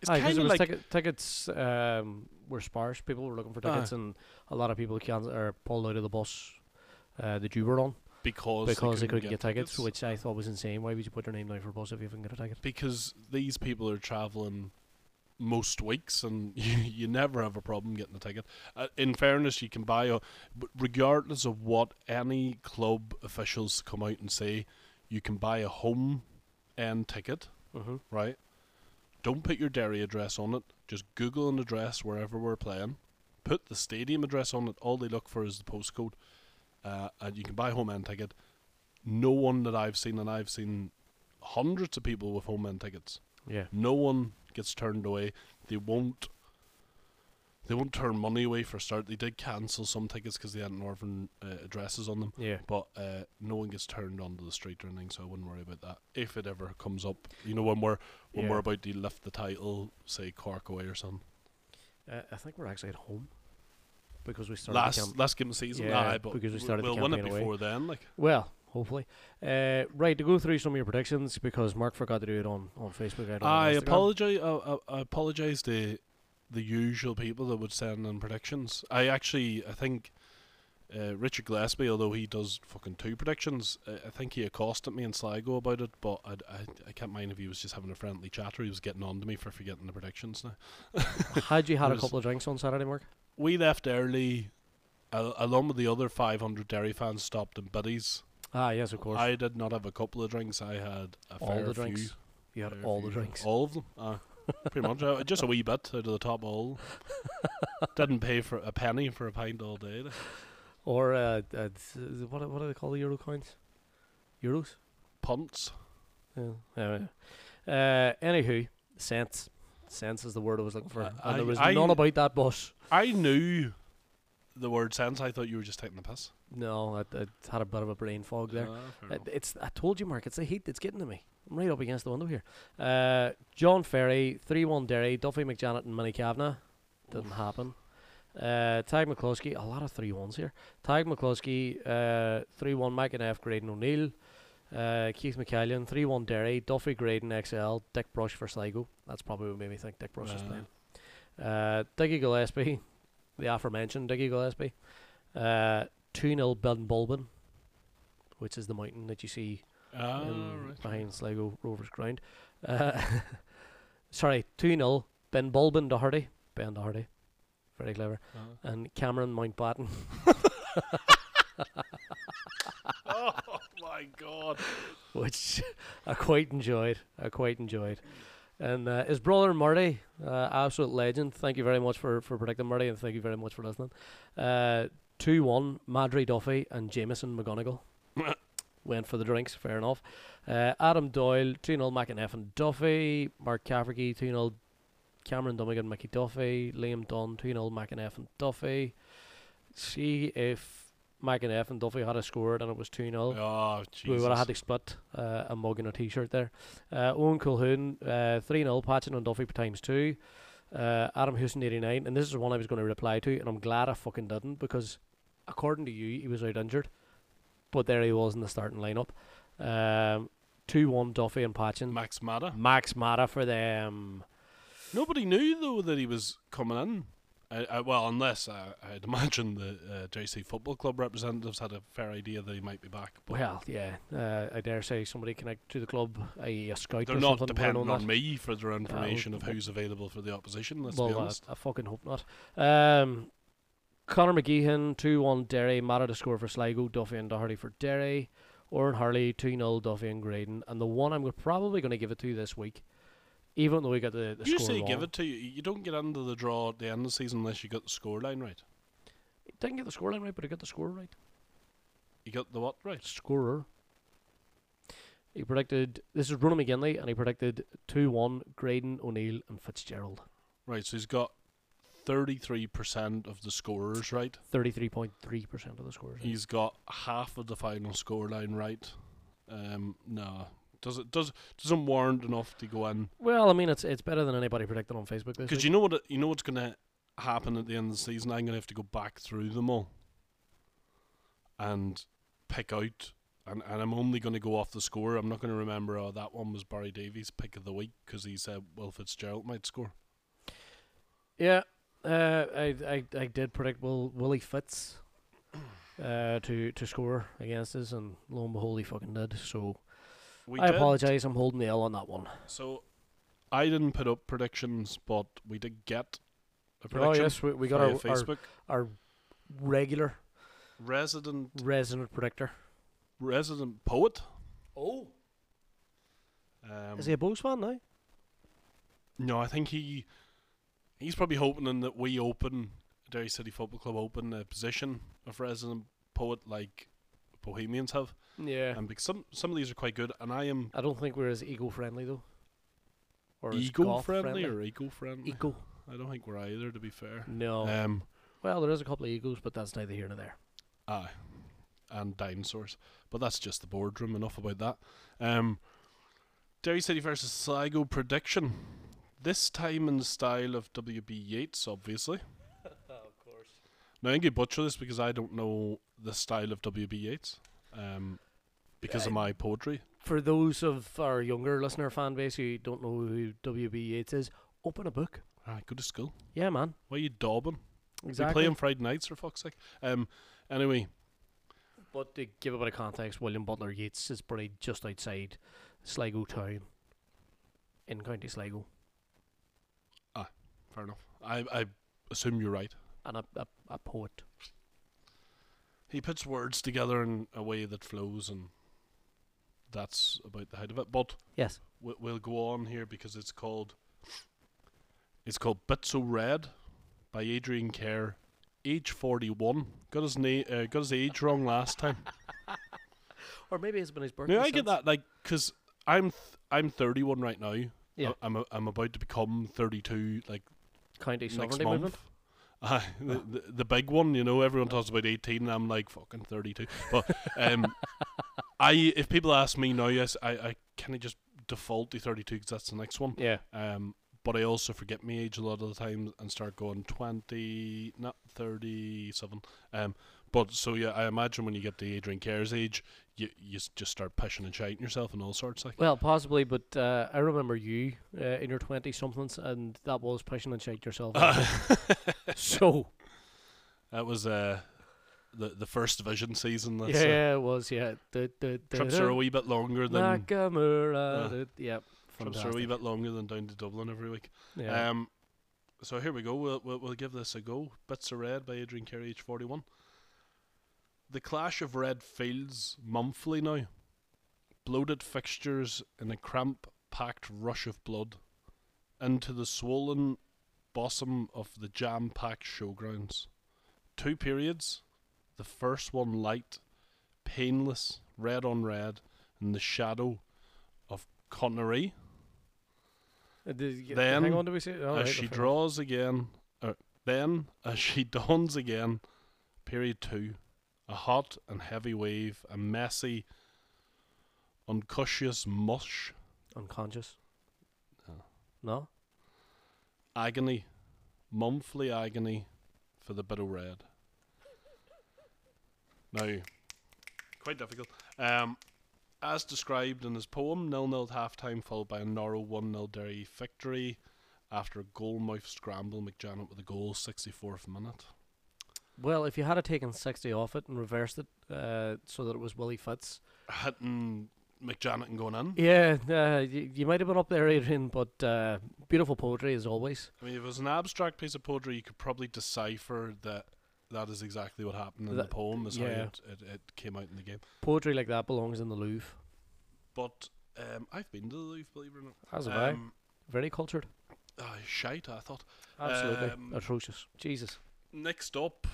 B: it's
A: Aye, 'cause
B: kind
A: it
B: of
A: was
B: like
A: ticket, tickets um, were sparse. People were looking for tickets, and a lot of people can or pulled out of the bus uh, that you were on
B: because
A: because they couldn't get, tickets,
B: which
A: which I thought was insane. Why would you put your name down for a bus if you haven't got a ticket?
B: because these people are traveling most weeks and you, you never have a problem getting a ticket uh, in fairness you can buy a but regardless of what any club officials come out and say you can buy a home end ticket
A: Mm-hmm.
B: right? Don't put your dairy address on it. Just Google an address wherever we're playing. Put the stadium address on it. All they look for is the postcode. uh, and you can buy home end ticket. No one that I've seen, and I've seen hundreds of people with home end tickets.
A: Yeah.
B: No one gets turned away. They won't. They won't turn money away for a start. They did cancel some tickets because they had northern uh, addresses on them,
A: Yeah.
B: but uh, no one gets turned onto the street or anything, so I wouldn't worry about that if it ever comes up. You know when we're when
A: Yeah.
B: we're about to lift the title, say Cork away or something.
A: Uh, I think we're actually at home because we started. the
B: Last
A: camp-
B: last game of the season,
A: Yeah,
B: aye, but
A: because we
B: w-
A: started the
B: we'll win it
A: campaign away.
B: before then. Like
A: well, hopefully. Uh, right to go through some of your predictions because Mark forgot to do it on on Facebook. I, don't
B: I
A: on Instagram.
B: apologize. I, I, I uh, apologize to the usual people that would send in predictions. I actually, I think uh, Richard Gillespie, although he does fucking two predictions, uh, I think he accosted me in Sligo about it. But I, I, I can't mind if he was just having a friendly chat or he was getting on to me for forgetting the predictions. Now
A: Had you had a
B: There's-
A: couple of drinks on Saturday, Mark?
B: we left early. al- Along with the other 500 Derry fans stopped in Biddy's.
A: Ah, yes, of course.
B: I did not have a couple of drinks. I had a
A: All
B: fair
A: the
B: few.
A: drinks? you had
B: Fair
A: all the
B: few.
A: drinks.
B: All of them. Uh, pretty much. Uh, just a wee bit out of the top all. Didn't pay for a penny for a pint all day. like.
A: Or uh, uh, s- uh, what do- what do they call the euro coins? Euros.
B: Punts.
A: Yeah. Anyway. Uh, anywho, sense. Sense is the word I was looking for,
B: Uh,
A: and
B: I-
A: there was
B: I-
A: none about that bus.
B: I knew the word sense. I thought you were just taking the piss.
A: No, I, I had a bit of a brain fog there.
B: Ah, fair
A: Uh,
B: enough.
A: it's I told you, Mark. It's the heat that's getting to me. I'm right up against the window here. Uh, John Ferry, three-one Derry. Duffy McJanet and Minnie Kavanagh. Didn't happen. Uh, Tag McCloskey, a lot of three ones here. Tag McCloskey, uh, three one McInniff, Graydon O'Neill, uh, Keith McCallion, three one Derry, Duffy Graydon XL, Dick Brush for Sligo. That's probably what made me think Dick Brush was
B: Uh.
A: playing. Uh, Diggy Gillespie, the aforementioned Diggy Gillespie, uh, two 0 Ben Bulbin, which is the mountain that you see
B: Ah,
A: in
B: right.
A: um, behind Sligo Rovers ground. Uh, sorry, 2 0. Ben Bulbin Doherty. Ben Doherty. Very clever.
B: Ah.
A: And Cameron Mountbatten.
B: oh my god.
A: which I quite enjoyed. I quite enjoyed. And uh, his brother Marty, uh, absolute legend. Thank you very much for, for predicting Marty, and thank you very much for listening. Uh, Two one, Madry Duffy and Jameson McGonigal went for the drinks. Fair enough. Uh, Adam Doyle two 0 McInniff and Duffy. Mark Cafferty two 0 Cameron Dummigan, Mickey Duffy, Liam Dunn two 0 McInniff and Duffy. See if McInniff and Duffy had a scored and it was two 0
B: Oh Jesus.
A: we would have had to split uh, a mug and a t-shirt there. Uh, Owen Calhoun, uh, 3-0, patching on Duffy times 2. Uh, Adam Houston, 89. And this is one I was going to reply to, and I'm glad I fucking didn't, because according to you, he was out injured. But there he was in the starting lineup. Um, 2-1 Duffy and patching.
B: Max Matter.
A: Max Mata for them.
B: Nobody knew though that he was coming in. I, I, well, unless I, I'd imagine the uh, JC Football Club representatives had a fair idea that he might be back. But
A: Well, yeah. Uh, I dare say somebody connected to the club, i.e. a scout
B: They're
A: or
B: not
A: something. wouldn't know
B: dependent
A: that.
B: on me for their information of
A: well-
B: who's available for the opposition. Let's be
A: well, uh,
B: honest.
A: I, I fucking hope not. Um, Connor McGeehan, 2 1 Derry. Matter to score for Sligo. Duffy and Doherty for Derry. Oren Harley, 2 0 Duffy and Graydon. And the one I'm go- probably going to give it to this week, even though we got the, the
B: you
A: score
B: say
A: wrong.
B: give it to you. You don't get into the draw at the end of the season unless you got the scoreline right.
A: Didn't get the scoreline right, but he got the score right.
B: You got the what right?
A: Scorer. He predicted, this is Ronan McGinley, and he predicted 2 1 Graydon, O'Neill, and Fitzgerald.
B: Right, so he's got 33% of the scorers right.
A: 33.3% of the scores.
B: He's got half of the final scoreline right. Um, no. Does it does doesn't warrant enough to go in?
A: Well, I mean, it's it's better than anybody predicted on Facebook this
B: Because
A: week.
B: you know what you know what's gonna happen at the end of the season. I'm gonna have to go back through them all and pick out, and, and I'm only gonna go off the score. I'm not gonna remember. Oh, that one was Barry Davies' pick of the week because he said Will Fitzgerald might score.
A: Yeah, uh, I, I I did predict Will Willie Fitz uh, to to score against us, and lo and behold, he fucking did. So
B: We
A: I
B: did. Oh,
A: apologize. I'm holding the L on that one.
B: So I didn't put up predictions, but we did get a
A: Oh
B: prediction
A: yes, we, we got
B: via
A: our, our
B: Facebook.
A: our regular
B: resident
A: resident predictor.
B: resident poet.
A: Oh,
B: Um,
A: is he a Bows fan now?
B: No, I think he he's probably hoping in that we open Derry City Football Club open a position of resident poet like Bohemians have.
A: Yeah.
B: And because some some of these are quite good, and I am
A: Um, I don't think we're as ego friendly though. Or as
B: ego
A: golf
B: friendly or eco friendly.
A: ego?
B: I don't think we're either, to be fair.
A: No.
B: Um,
A: well, there is a couple of egos, but that's neither here nor there.
B: aye, and dinosaurs, but that's just the boardroom. Enough about that. Um, Derry City versus Sligo prediction. This time in the style of W.B. Yeats, obviously.
A: of course.
B: Now I'm gonna butcher this because I don't know the style of W.B. Yeats, um, because of
A: Uh,
B: my poetry.
A: For those of our younger listener fan base who don't know who W.B. Yeats is, open a book.
B: Aye, go to school.
A: Yeah, man.
B: Why are you daubing?
A: Exactly.
B: You play on Friday nights for fuck's sake. Um, anyway,
A: But to give a bit of context, William Butler Yeats is buried just outside Sligo town in County Sligo.
B: fair enough. I I assume you're right.
A: And a, a, a poet.
B: He puts words together in a way that flows, and that's about the height of it. But
A: Yes.
B: we- we'll go on here because it's called it's called Bits o' Red by Adrian Kerr, age forty one. Got his name, uh, got his age wrong last time.
A: Or maybe it's been his birthday.
B: now I get
A: since.
B: that, like, because I'm th- I'm thirty one right now.
A: Yeah.
B: I- I'm a, I'm about to become thirty two. Like
A: County
B: next
A: sovereignty
B: month.
A: movement. Ah.
B: Aye, the, the, the big one, you know, everyone talks about 18, and I'm like, fucking 32. But um, I, if people ask me now, yes, I, I kind of just default to 32 because that's the next one.
A: Yeah.
B: Um, but I also forget my age a lot of the time and start going 20, not 37. Um, but so, yeah, I imagine when you get to Adrian Kerr's age, you, you s- just start pushing and shouting yourself and all sorts. Like,
A: Well, possibly, but uh, I remember you uh, in your 20 somethings, and that was pushing and shake yourself. so,
B: that was uh, the, the first division season. That's, uh,
A: yeah, it was, yeah. The, the, the,
B: trips are a wee bit longer
A: Ah,
B: than.
A: Nakamura.
B: Uh,
A: duh, yep.
B: Trips are a
A: fantastic.
B: wee bit longer than down to Dublin every week.
A: Yeah.
B: Um, so here we go. We'll, we'll we'll give this a go. Bits of Red by Adrian Carey, age forty one. The clash of red fields monthly now. Bloated fixtures in a cramp-packed rush of blood, into the swollen bosom of the jam-packed showgrounds. Two periods. The first one light, painless, red on red, in the shadow of Connery.
A: Uh, did you-
B: then,
A: hang on, do we see? all right,
B: as she
A: okay.
B: draws again, er, then as she dawns again, period two, a hot and heavy wave, a messy, unconscious mush,
A: Unconscious.
B: No.
A: No?
B: agony, monthly agony for the bit of red. Now, quite difficult. Um, as described in his poem, nil nil at halftime, followed by a narrow 1 0 Derry victory after a goalmouth scramble, McJanet with a goal, 64th minute.
A: Well, if you had a taken 60 off it and reversed it uh, so that it was Willie Fitz,
B: hitting McJanet and going in.
A: yeah, uh, you, you might have been up there, Adrian, but uh, beautiful poetry as always.
B: I mean, if it was an abstract piece of poetry, you could probably decipher that that is exactly what happened in the
A: That-
B: poem, is how
A: yeah.
B: it, it, it came out in the game.
A: Poetry like that belongs in the Louvre.
B: But um, I've been to the Louvre, believe it or not.
A: As have I.
B: um,
A: Very cultured.
B: ah, shite, I thought.
A: Absolutely.
B: Um,
A: Atrocious. Jesus.
B: Next up,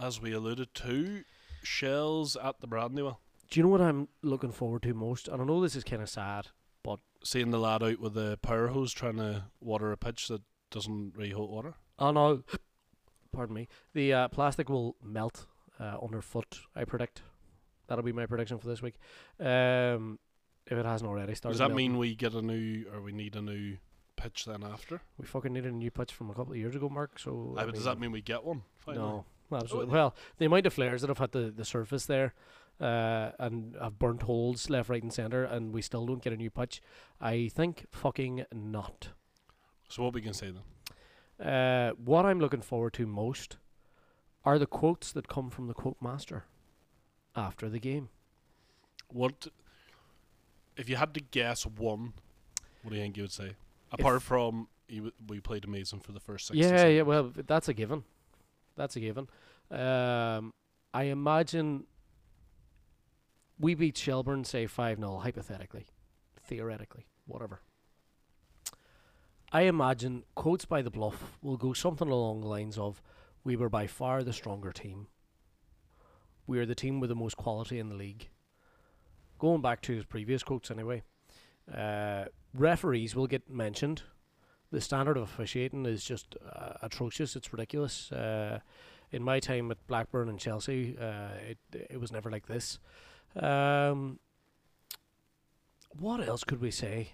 B: as we alluded to, shells at the Brandywell.
A: Do you know what I'm looking forward to most? And I know this is kind of sad.
B: Seeing the lad out with a power hose trying to water a pitch that doesn't really hold water.
A: Oh no. Pardon me. The uh, plastic will melt uh, underfoot, I predict. That'll be my prediction for this week. Um, if it hasn't already started.
B: Does that
A: melting.
B: mean we get a new, or we need a new pitch then after?
A: we fucking needed a new pitch from a couple of years ago, Mark? So
B: Aye, but does that mean we get one? Finally? Oh,
A: no? Absolutely.
B: it-
A: Well, the amount of flares that have had the, the surface there, uh, and have burnt holes left, right, and center, and we still don't get a new pitch. I think fucking not.
B: So what we can say then?
A: Uh, what I'm looking forward to most are the quotes that come from the quote master after the game.
B: What if you had to guess one? What do you think you would say? Apart from you, w- we played amazing for the first six.
A: yeah, yeah. Well, that's a given. That's a given. Um, I imagine we beat Shelburne, say five 0 hypothetically, theoretically, whatever. I imagine quotes by the bluff will go something along the lines of, "We were by far the stronger team," we are the team with the most quality in the league. Going back to his previous quotes, anyway, uh, referees will get mentioned. The standard of officiating is just uh, atrocious. It's ridiculous. Uh, in my time at Blackburn and Chelsea, uh, it it was never like this. Um, what else could we say?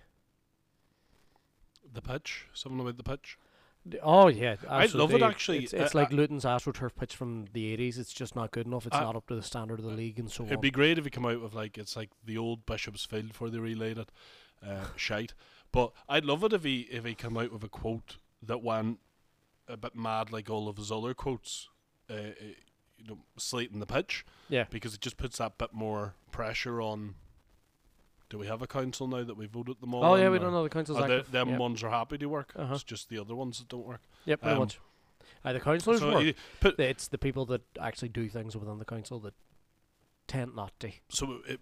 B: The pitch. Something about the pitch.
A: D- Oh yeah,
B: I love
A: absolutely.
B: it actually.
A: It's, it's
B: Uh,
A: like
B: uh,
A: Luton's AstroTurf pitch from the '80s. It's just not good enough. It's
B: I-
A: not up to the standard of the league and so on.
B: It'd be great if he come out with like it's like the old Bishop's Field before they relayed it, uh, shite. But I'd love it if he if he come out with a quote that went a bit mad like all of his other quotes, uh, uh, you know, slating the pitch
A: yeah,
B: because it just puts that bit more pressure on. Do we have a council now that we voted them all?
A: Oh yeah,
B: in,
A: we
B: or-
A: don't know the council's
B: Or the,
A: active.
B: them
A: yep.
B: ones are happy to work.
A: Uh-huh.
B: It's just the other ones that don't work.
A: Yep, pretty
B: um,
A: much. Uh, the councillors
B: So
A: work.
B: he- put,
A: it's the people that actually do things within the council that tend not to.
B: so it,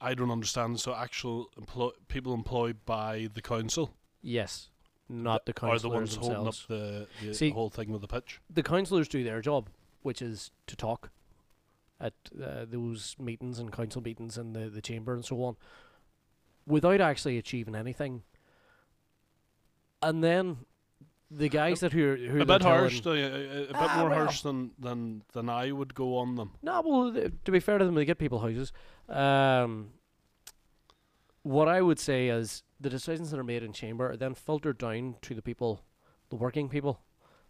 B: I don't understand. So actual employ, people employed by the council
A: Yes, not the
B: are
A: councillors
B: the ones holding up
A: themselves.
B: the, the
A: See-
B: whole thing with the pitch.
A: the councillors do their job, which is to talk at uh, those meetings and council meetings and the, the chamber and so on, without actually achieving anything. And then the guys that who are who
B: A
A: they're
B: bit harsh,
A: telling-
B: though, yeah, a, a bit
A: Ah,
B: more
A: well.
B: harsh than, than than I would go on them.
A: No, well, th- to be fair to them, they get people houses. Um, what I would say is the decisions that are made in chamber are then filtered down to the people, the working people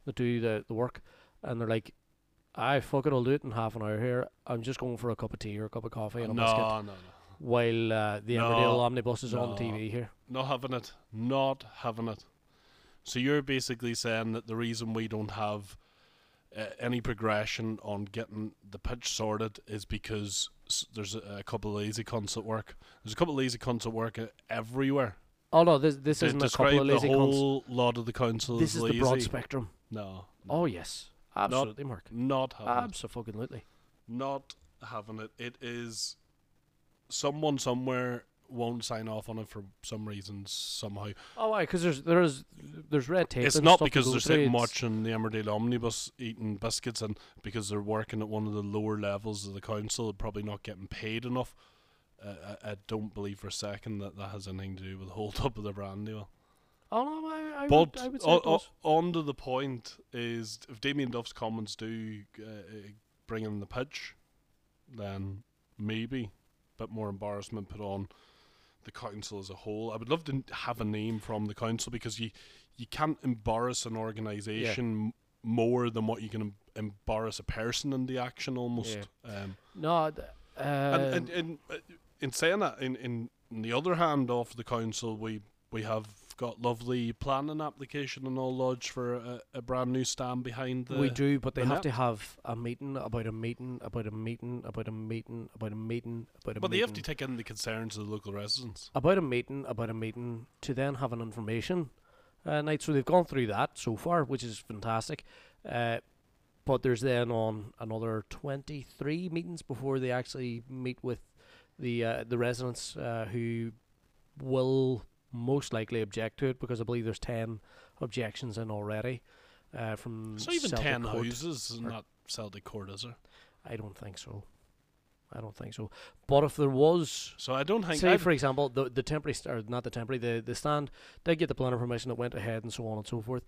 A: that do the, the work, and they're like, I fuck it, I'll do it in half an hour here. I'm just going for a cup of tea or a cup of coffee and
B: No,
A: a biscuit
B: no, no,
A: while uh, the
B: No,
A: Emmerdale omnibus is on the
B: no.
A: TV here.
B: not having it, not having it. So you're basically saying that the reason we don't have uh, any progression on getting the pitch sorted is because s- there's a, a couple of lazy cunts at work. There's a couple of lazy cunts at work uh, everywhere.
A: Oh no, this this
B: To
A: isn't a
B: describe
A: couple of
B: the
A: lazy cons.
B: whole lot of the council
A: This
B: as
A: is
B: lazy.
A: the broad spectrum.
B: no,
A: Oh Ah, yes, absolutely, Mark.
B: not having it.
A: Absolutely.
B: not having it. It is someone somewhere won't sign off on it for some reason somehow.
A: Oh, why? Because there's there's there's red tape.
B: it's
A: and
B: not
A: stuff to
B: because
A: go
B: they're
A: through,
B: sitting
A: it's-
B: watching the Emmerdale Omnibus eating biscuits and because they're working at one of the lower levels of the council, probably not getting paid enough. Uh, I, I don't believe for a second that that has anything to do with the hold up of the brand deal.
A: Oh no, I, I
B: But
A: would, I would say
B: on,
A: it does.
B: on to the point is if Damien Duff's comments do uh, uh, bring in the pitch, then maybe a bit more embarrassment put on the council as a whole. I would love to n- have a name from the council because you you can't embarrass an organisation m more than what you can em- embarrass a person in the action almost. Um,
A: no. th-
B: and,
A: um,
B: and, and uh, in saying that, in, in, in the other hand, off the council, we we have got lovely planning application and all lodged for a, a brand new stand behind the.
A: we do, but they
B: the
A: have
B: net.
A: to have a meeting about a meeting about a meeting about a meeting about a meeting about a
B: But they
A: meeting
B: have to take in the concerns of the local residents.
A: about a meeting about a meeting to then have an information uh, night. So they've gone through that so far, which is fantastic. Uh, but there's then on another 23 meetings before they actually meet with the uh, the residents uh, who will most likely object to it because I believe there's 10 objections in already uh, from
B: It's not even
A: Celtic
B: ten
A: Court.
B: houses in
A: or-
B: that Celtic court, is there?
A: I don't think so. I don't think so. But if there was
B: So I don't think.
A: Say,
B: I've-
A: for example, the the temporary st- or not the temporary, the, the stand did get the planning permission that went ahead and so on and so forth.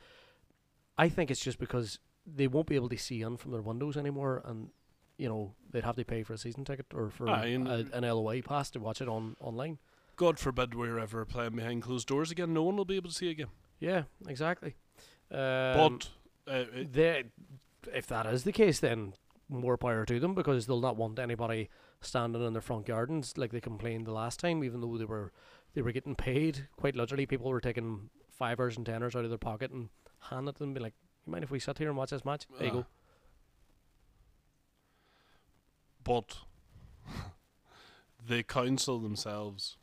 A: I think it's just because they won't be able to see in from their windows anymore, and you know they'd have to pay for a season ticket or for
B: Aye, and-
A: a, an LOA pass to watch it on online.
B: God forbid we're ever playing behind closed doors again. No one will be able to see again.
A: Yeah, exactly. Um,
B: but uh, it,
A: they, if that is the case, then more power to them because they'll not want anybody standing in their front gardens like they complained the last time, even though they were they were getting paid. Quite literally, people were taking fivers and tenors out of their pocket and handing it to them, be like, "You mind if we sit here and watch this match?" There you
B: Ah.
A: go.
B: but the council themselves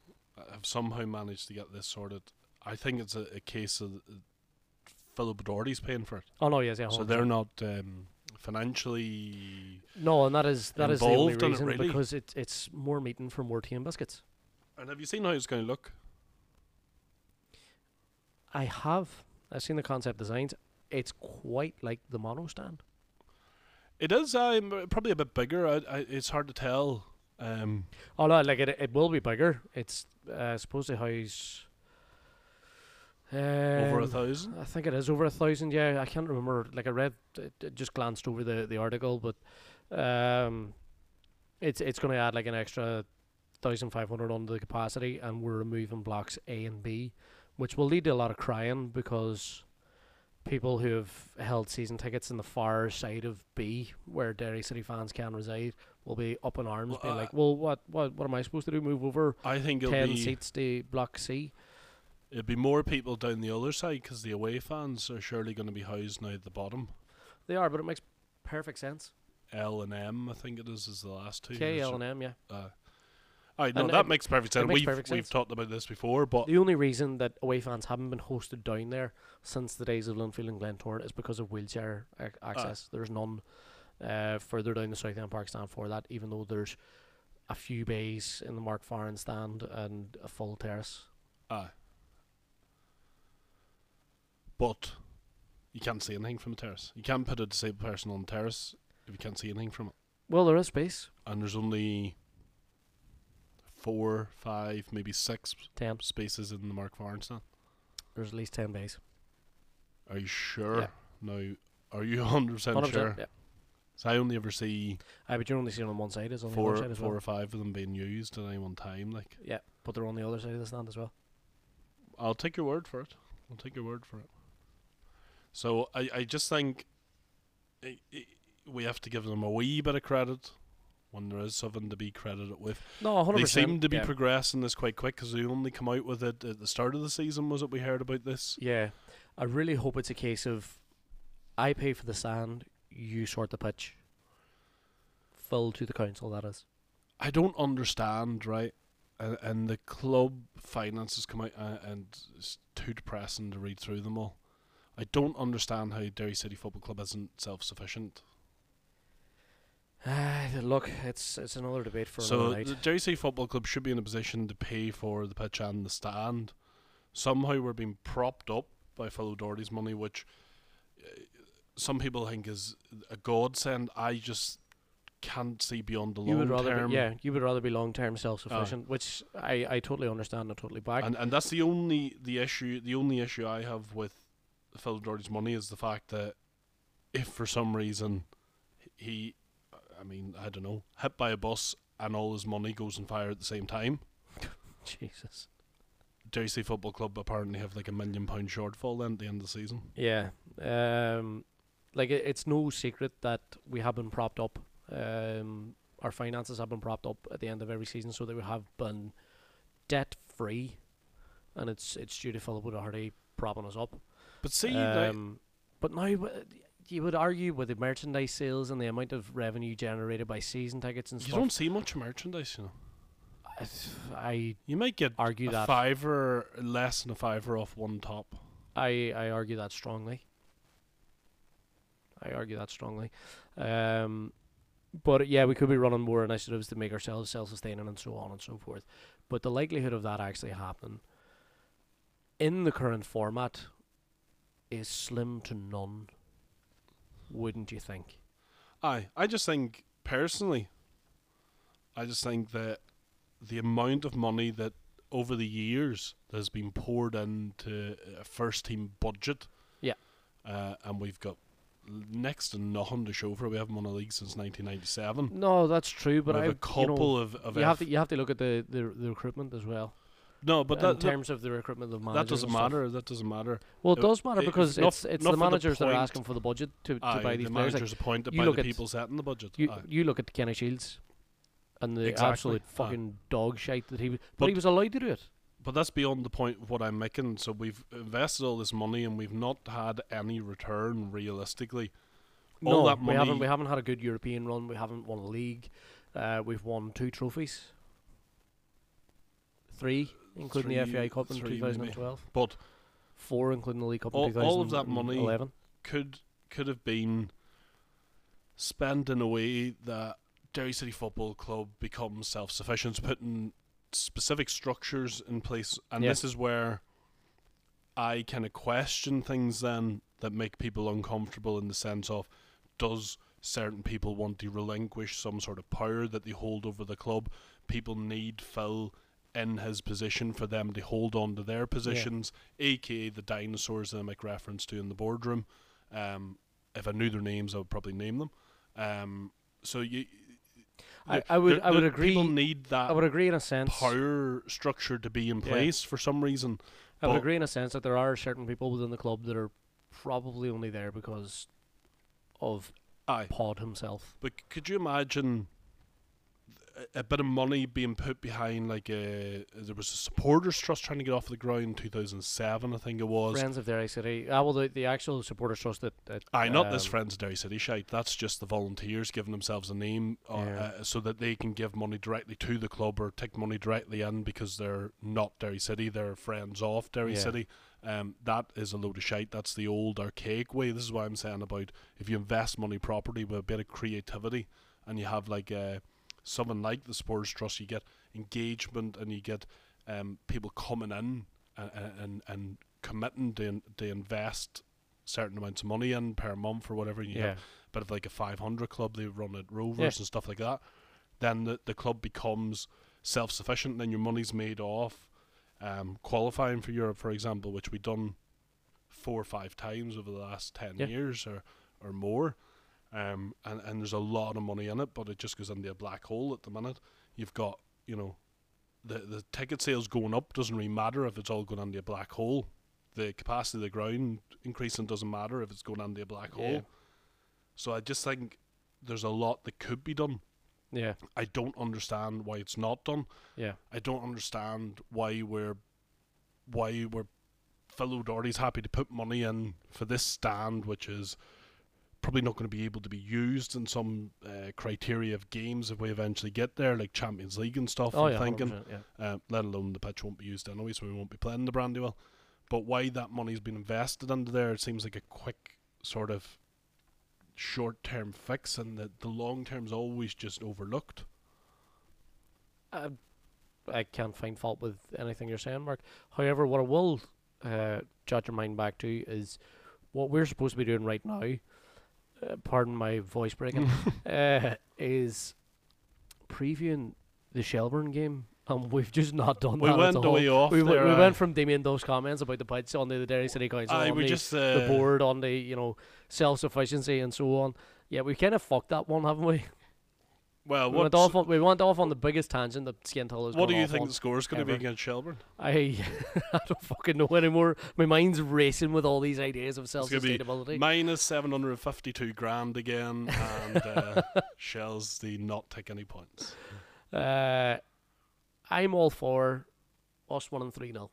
B: have somehow managed to get this sorted. I think it's a, a case of uh, Philip Doherty's paying for it,
A: Oh no, yes, yeah.
B: Ah. so
A: 100%.
B: they're not um, financially.
A: no, and that is that is the only
B: involved in it,
A: reason
B: really.
A: because it, it's more meeting for more tea and biscuits.
B: And have you seen how it's going to look?
A: I have I've seen the concept designs. It's quite like the mono stand.
B: It is uh, probably a bit bigger. I, I, it's hard to tell. Um,
A: Oh no, like it, it will be bigger. It's uh, supposed to house um,
B: over a thousand.
A: I think it is over a thousand. Yeah, I can't remember. Like I read, it, it just glanced over the the article, but um, it's it's going to add like an extra thousand five hundred onto the capacity, and we're removing blocks A and B, which will lead to a lot of crying because people who have held season tickets in the far side of B, where Derry City fans can reside, will be up in arms,
B: Well, uh,
A: being
B: I-
A: like, "Well, what what what am I supposed to do? Move over
B: I think it'll
A: ten
B: be
A: seats to block C?"
B: it'll be more people down the other side because the away fans are surely going to be housed now at the bottom.
A: They are, but it makes perfect sense.
B: L and M, I think it is, is the last two.
A: K L and M, yeah.
B: Uh, I know
A: And
B: that
A: it-
B: makes perfect sense.
A: makes
B: we've
A: perfect
B: we've
A: sense.
B: talked about this before, but
A: The only reason that away fans haven't been hosted down there since the days of Linfield and Glentoran is because of wheelchair ac- access.
B: Ah.
A: There's none uh, further down the South End Park stand for that, even though there's a few bays in the Mark Farren stand and a full terrace.
B: aye. but you can't see anything from the terrace. You can't put a disabled person on the terrace if you can't see anything from it.
A: Well, there is space.
B: And there's only four, five, maybe six
A: Ten.
B: spaces in the Mark Farren stand.
A: There's at least ten bays.
B: Are you sure?
A: Yeah.
B: No. Are you 100%,
A: 100%,
B: sure?
A: Yeah.
B: 'Cause I only ever see
A: Aye, but you're only seeing on one side, is on
B: four,
A: the other side as
B: four
A: well.
B: or five of them being used at any one time. Like,
A: Yeah, but they're on the other side of the stand as well.
B: I'll take your word for it. I'll take your word for it. So I, I just think i i we have to give them a wee bit of credit when there is something to be credited with.
A: No, hundred
B: They
A: percent.
B: seem to be
A: yeah.
B: progressing this quite quick because they only come out with it at the start of the season. Was it we heard about this?
A: Yeah, I really hope it's a case of I pay for the sand, you sort the pitch. Full to the council, that is.
B: I don't understand, right? And, and the club finances come out, uh, and it's too depressing to read through them all. I don't understand how Derry City Football Club isn't self-sufficient.
A: Ah, look, it's it's another debate for
B: so
A: another night.
B: the Derry City Football Club should be in a position to pay for the pitch and the stand. Somehow we're being propped up by fellow Doherty's money, which uh, some people think is a godsend. I just can't see beyond the
A: you
B: long
A: would rather
B: term.
A: be, yeah, you would rather be long term self sufficient, which I, I totally understand and totally back.
B: Ah. and and that's the only the issue the only issue I have with Phil Doherty's money is the fact that if for some reason he I mean I don't know hit by a bus and all his money goes on fire at the same time
A: Jesus.
B: Derry City Football Club apparently have like a million pound shortfall then at the end of the season
A: Yeah. Um like it, it's no secret that we have been propped up. Um our finances have been propped up at the end of every season so that we have been debt free and it's it's due to Philip Doherty propping us up.
B: but see like,
A: Um, but now w- you would argue with the merchandise sales and the amount of revenue generated by season tickets and
B: you
A: stuff.
B: don't see much merchandise you know
A: I
B: you might get
A: argue
B: a
A: that
B: fiver less than a fiver off one top
A: I, I argue that strongly. I argue that strongly. Um, but yeah, we could be running more initiatives to make ourselves self sustaining and so on and so forth. But the likelihood of that actually happening in the current format is slim to none, wouldn't you think?
B: Aye, I just think personally, I just think that the amount of money that over the years that has been poured into a first team budget,
A: Yeah.
B: uh, and we've got next to nothing to show for. it. We haven't won a league since 1997.
A: No, that's true, but
B: we
A: I
B: have a
A: you, know,
B: couple of, of
A: you have
B: F-
A: to you have to look at the, the, the recruitment as well.
B: no, but
A: in
B: that that,
A: terms of the recruitment of
B: that
A: managers,
B: doesn't
A: and stuff.
B: matter. That doesn't matter.
A: Well,
B: It-
A: it does matter
B: it- it's
A: because
B: not-
A: it's it's
B: not
A: the
B: for the
A: managers that
B: point.
A: are asking for the budget to, to
B: Aye,
A: buy these
B: the
A: players. Like,
B: manager's appointed
A: you
B: by the
A: look at-
B: people setting the budget.
A: you
B: Aye.
A: you look at Kenny Shields, and the
B: Exactly,
A: absolute
B: aye.
A: fucking dog shite that he was, but,
B: But-
A: he was allowed to do it.
B: But that's beyond the point of what I'm making. So we've invested all this money and we've not had any return realistically. All
A: no,
B: that
A: we haven't.
B: money-
A: We haven't had a good European run. We haven't won a league. Uh, we've won two trophies, three including the
B: Three-
A: FAI Cup in
B: three maybe.
A: 2012,
B: But
A: four including the League Cup in
B: All-
A: 2011.
B: all of that money- could could have been spent in a way that Derry City Football Club becomes self sufficient, putting specific structures in place. And
A: Yeah.
B: this is where I kind of question things then that make people uncomfortable in the sense of does certain people want to relinquish some sort of power that they hold over the club. People need Phil in his position for them to hold on to their positions, aka the dinosaurs that I make reference to in the boardroom. Um, if I knew their names, I would probably name them. Um, so you,
A: I,
B: Look,
A: I would
B: there-
A: I would
B: there-
A: agree.
B: People need that
A: I would agree in a sense.
B: power structure to be in
A: Yeah.
B: place for some reason.
A: I would
B: But-
A: agree in a sense that there are certain people within the club that are probably only there because of
B: Aye,
A: Pod himself.
B: but c- could you imagine a, a bit of money being put behind like a there was a supporters trust trying to get off the ground in 2007, I think it was.
A: Friends of Derry City. Ah, well, the, the actual supporters trust that. that
B: Aye, not this
A: um,
B: Friends of Derry City shite. That's just the volunteers giving themselves a name uh,
A: Yeah.
B: uh, so that they can give money directly to the club or take money directly in because they're not Derry City. They're friends of Derry
A: Yeah.
B: City. Um, that is a load of shite. That's the old archaic way. This is why I'm saying about if you invest money properly with a bit of creativity and you have like uh, something like the Sports Trust, you get engagement and you get um, people coming in and, and, and committing to, in- to invest certain amounts of money in per month or whatever. And you
A: Yeah.
B: have a bit of like a 500 club, they run at Rovers
A: Yeah.
B: and stuff like that. Then the, the club becomes self sufficient. Then your money's made off um, qualifying for Europe, for example, which we've done four or five times over the last 10
A: Yeah.
B: years or, or more. Um, and, and there's a lot of money in it, but it just goes into a black hole at the minute. You've got, you know, the the ticket sales going up doesn't really matter if it's all going into a black hole. The capacity of the ground increasing doesn't matter if it's going into a black
A: Yeah.
B: hole. So I just think there's a lot that could be done.
A: Yeah.
B: I don't understand why it's not done.
A: Yeah.
B: I don't understand why we're why we're Phil O'Doherty's happy to put money in for this stand, which is probably not going to be able to be used in some uh, criteria of games if we eventually get there, like Champions League and stuff.
A: Oh
B: I'm
A: yeah.
B: thinking
A: 100%, yeah.
B: uh, let alone the pitch won't be used anyway, so we won't be playing the Brandywell. But why that money's been invested under there, it seems like a quick sort of short term fix, and that the long term's always just overlooked.
A: I, I can't find fault with anything you're saying, Mark. However, what I will uh, jot your mind back to is what we're supposed to be doing right now. Uh, pardon my voice breaking. uh, is previewing the Shelburne game, and we've just not done
B: We
A: that
B: went
A: at
B: the
A: all.
B: way off
A: we,
B: there,
A: we
B: aye.
A: went from Damien Dove's comments about the bites on the, the Derry City Council,
B: Aye,
A: on
B: we
A: the,
B: just
A: the
B: uh,
A: board, on the you know self sufficiency and so on. Yeah, we kind of fucked that one, haven't we?
B: Well,
A: we went
B: Uh, what's-
A: off on we went off on the biggest tangent that Skintel has
B: what do
A: gone
B: you
A: off
B: think
A: on.
B: the score's going to be
A: ever.
B: against Shelburne?
A: I I don't fucking know anymore. My mind's racing with all these ideas of self
B: gonna be
A: sustainability.
B: Minus 752 grand again, and uh, Shell's the not take any points.
A: Uh, I'm all for us winning three 0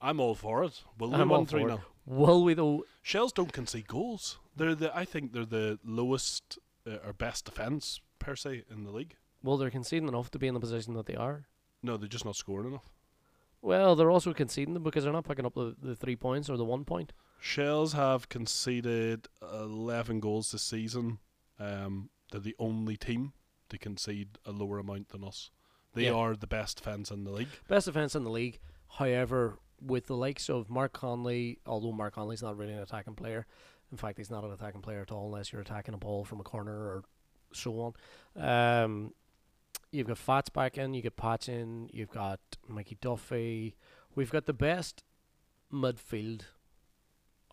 B: I'm all for it. Will we
A: I'm all
B: win
A: for
B: 3
A: it.
B: 0?
A: Will we though?
B: Shells don't concede goals. They're the I think they're the lowest uh, or best defense per se in the league.
A: Well, they're conceding enough to be in the position that they are.
B: No, they're just not scoring enough.
A: Well, they're also conceding them because they're not picking up the, the three points or the one point.
B: Shells have conceded eleven goals this season. Um, they're the only team to concede a lower amount than us. They
A: Yeah.
B: are the best defense in the league.
A: Best defense in the league. However, with the likes of Mark Conley, although Mark Conley's not really an attacking player, in fact, he's not an attacking player at all unless you're attacking a ball from a corner or so on. Um, you've got Fats back in, you get Patch in, you've got Mikey Duffy. We've got the best midfield,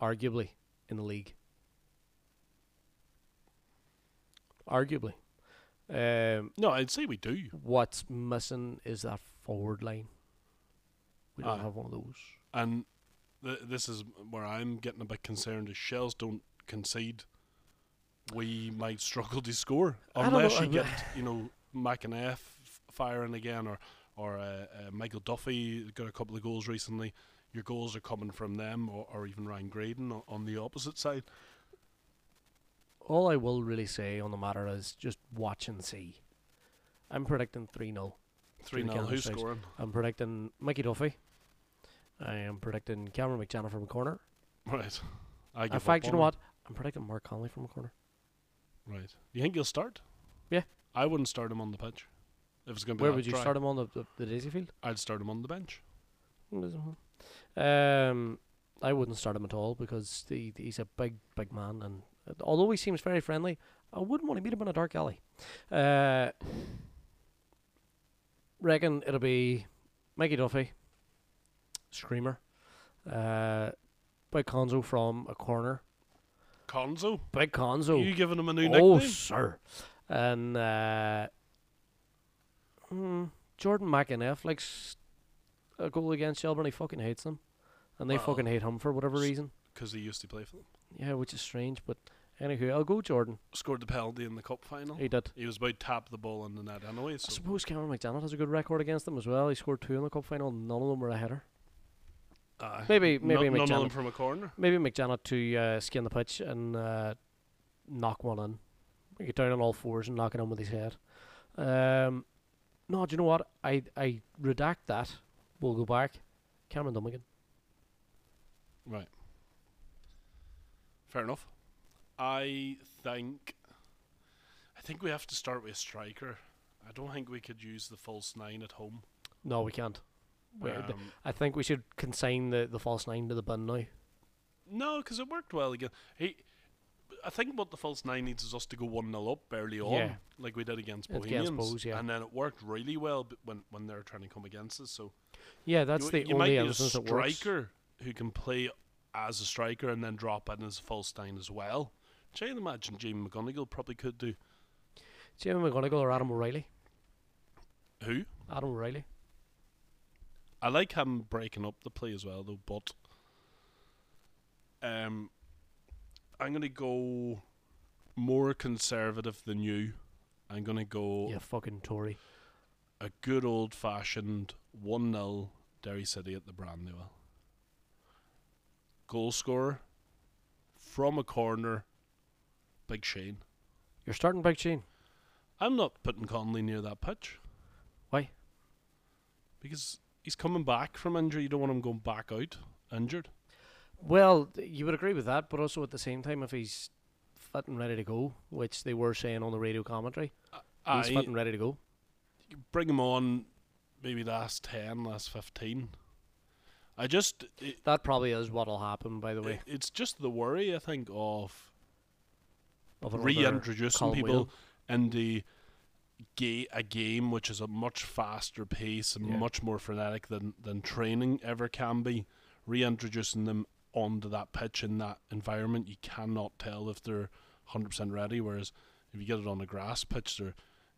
A: arguably, in the league. Arguably. Um,
B: No, I'd say we do.
A: what's missing is that forward line. We don't
B: Aye.
A: have one of those.
B: And th- this is where I'm getting a bit concerned. Is Shells don't concede, we might struggle to score
A: I don't know,
B: unless you
A: I'm-
B: get you know Mac and F firing again, or or uh, uh, Michael Duffy got a couple of goals recently. Your goals are coming from them, or, or even Ryan Graydon o- on the opposite side.
A: All I will really say on the matter is just watch and see. I'm predicting 3 0.
B: Three 0
A: Cameron
B: Who's
A: Sykes.
B: scoring?
A: I'm predicting Mickey Duffy. I am predicting Cameron McJanna from a corner.
B: Right. I give
A: In
B: up
A: fact, you know
B: on
A: what? I'm predicting Mark Conley from a corner.
B: him. Right. You think he'll start?
A: Yeah.
B: I wouldn't start him on the pitch. If it's going to be
A: Where
B: that
A: would you
B: dry,
A: start him on the, the, the Daisy Field?
B: I'd start him on the bench.
A: Um, I wouldn't start him at all because the, he's a big, big man and although he seems very friendly, I wouldn't want to meet him in a dark alley. Uh, reckon it'll be Mikey Duffy, Screamer, uh, Big Conzo from a corner.
B: Conzo?
A: Big
B: Are
A: Conzo.
B: you giving him a new
A: Oh,
B: nickname?
A: sir. And uh, hmm, Jordan McInniff likes a goal against Shelburne. He fucking hates them. And they
B: Well,
A: fucking hate him for whatever
B: s-
A: reason.
B: Because he used to play for them.
A: Yeah, which is strange. But anywho, I'll go Jordan.
B: Scored the penalty in the cup final.
A: He did.
B: He was about to tap the ball in the net anyway,
A: I
B: so
A: suppose Cameron McDonald has a good record against them as well. He scored two in the cup final. None of them were a header.
B: aye.
A: Maybe maybe
B: None- none of them
A: McDonald.
B: from a corner.
A: Maybe McDonald to uh, skin the pitch and uh, knock one in. We get down on all fours and knock it in with his head. Um, no, do you know what? I I redact that. We'll go back. Cameron Dummigan.
B: Right. Fair enough. I think I think we have to start with a striker. I don't think we could use the false nine at home.
A: No, we can't. We- th-
B: Um,
A: I think we should consign the, the false nine to the bin now.
B: No, because it worked well again. He, I think what the false nine needs is us to go one 0 up early on,
A: Yeah.
B: like we did against
A: Against
B: Bohemians,
A: Bohs, yeah.
B: and then it worked really well b- when when they're trying to come against us. So
A: Yeah, that's
B: you,
A: the
B: you might
A: only
B: need a
A: instance that works.
B: striker who can play as a striker and then drop in as a false nine as well. Which I imagine Jamie McGonigal probably could do.
A: Jamie McGonigal or Adam O'Reilly?
B: Who?
A: Adam O'Reilly.
B: I like him breaking up the play as well, though. But um, I'm gonna go more conservative than you. I'm gonna go
A: Yeah, fucking Tory.
B: a good old fashioned one 0 Derry City at the Brandywell. Goal scorer from a corner, Big Shane.
A: You're starting Big Shane.
B: I'm not putting Conley near that pitch
A: Why?
B: because he's coming back from injury. You don't want him going back out injured.
A: Well, th- you would agree with that, but also at the same time, if he's fit and ready to go, which they were saying on the radio commentary, he's
B: Aye.
A: fit and ready to go.
B: bring him on maybe last 10 last 15 i just it,
A: That probably is what'll happen, by the way,
B: it- it's just the worry i think of
A: of another
B: reintroducing
A: Colin
B: people
A: Whelan.
B: into ga- a game which is a much faster pace and
A: Yeah.
B: much more frenetic than, than training ever can be reintroducing them onto that pitch in that environment you cannot tell if they're 100% ready whereas if you get it on a grass pitch they're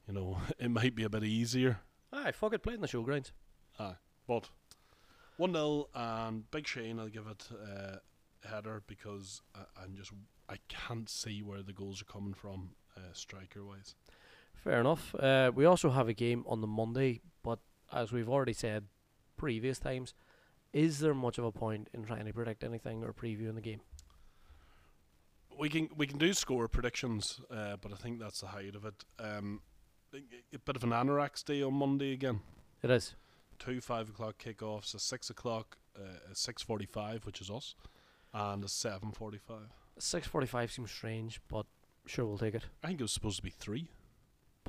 B: you know it might be a bit easier
A: Aye, fuck it, play in the showgrounds.
B: But 1 0 and Big Shane, I'll give it uh, a header because I, I'm just I can't see where the goals are coming from uh, striker wise.
A: Fair enough. Uh, we also have a game on the Monday, but as we've already said previous times, is there much of a point in trying to predict anything or previewing the game?
B: We can we can do score predictions, uh, but I think that's the height of it. Um, a, a bit of an anoraks day on Monday again.
A: It is.
B: Two five o'clock kickoffs, a six o'clock, uh, a six forty five, which is us, and a seven forty five.
A: 6.45 seems strange, but sure, we'll take it.
B: I think it was supposed to be three.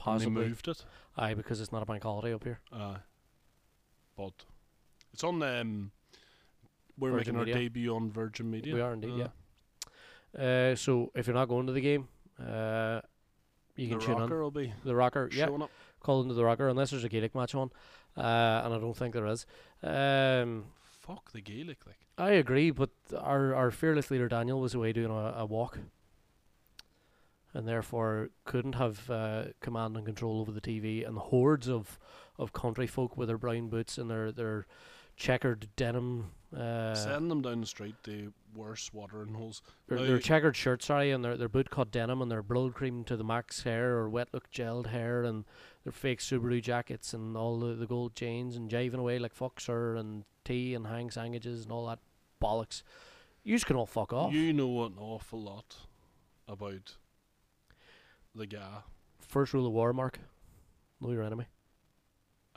B: and They
A: Possibly.
B: moved it.
A: Aye, because it's not a bank holiday up here.
B: Uh, but it's on. Um, we're
A: Virgin
B: making our
A: Media.
B: debut on Virgin Media.
A: We are indeed,
B: Uh,
A: yeah. Uh, so if you're not going to the game, uh, you can
B: the
A: tune
B: rocker
A: on
B: will be
A: the rocker. Yeah,
B: showing up.
A: call into the rocker unless there's a Gaelic match on, uh, and I don't think there is. Um,
B: Fuck the Gaelic, like
A: I agree, but our our fearless leader Daniel was away doing a, a walk, and therefore couldn't have uh, command and control over the TV and the hordes of of country folk with their brown boots and their their checkered denim. Uh,
B: send them down the street. The worst watering holes.
A: Their,
B: Now-
A: their checkered shirts, sorry, and their, their bootcut denim and their blood cream to the max hair or wet look gelled hair and their fake Subaru jackets and all the, the gold chains and jiving away like Foxer and tea and hang sangages and all that bollocks. You can all fuck off.
B: You know an awful lot about the guy.
A: First rule of war, Mark. Know your enemy.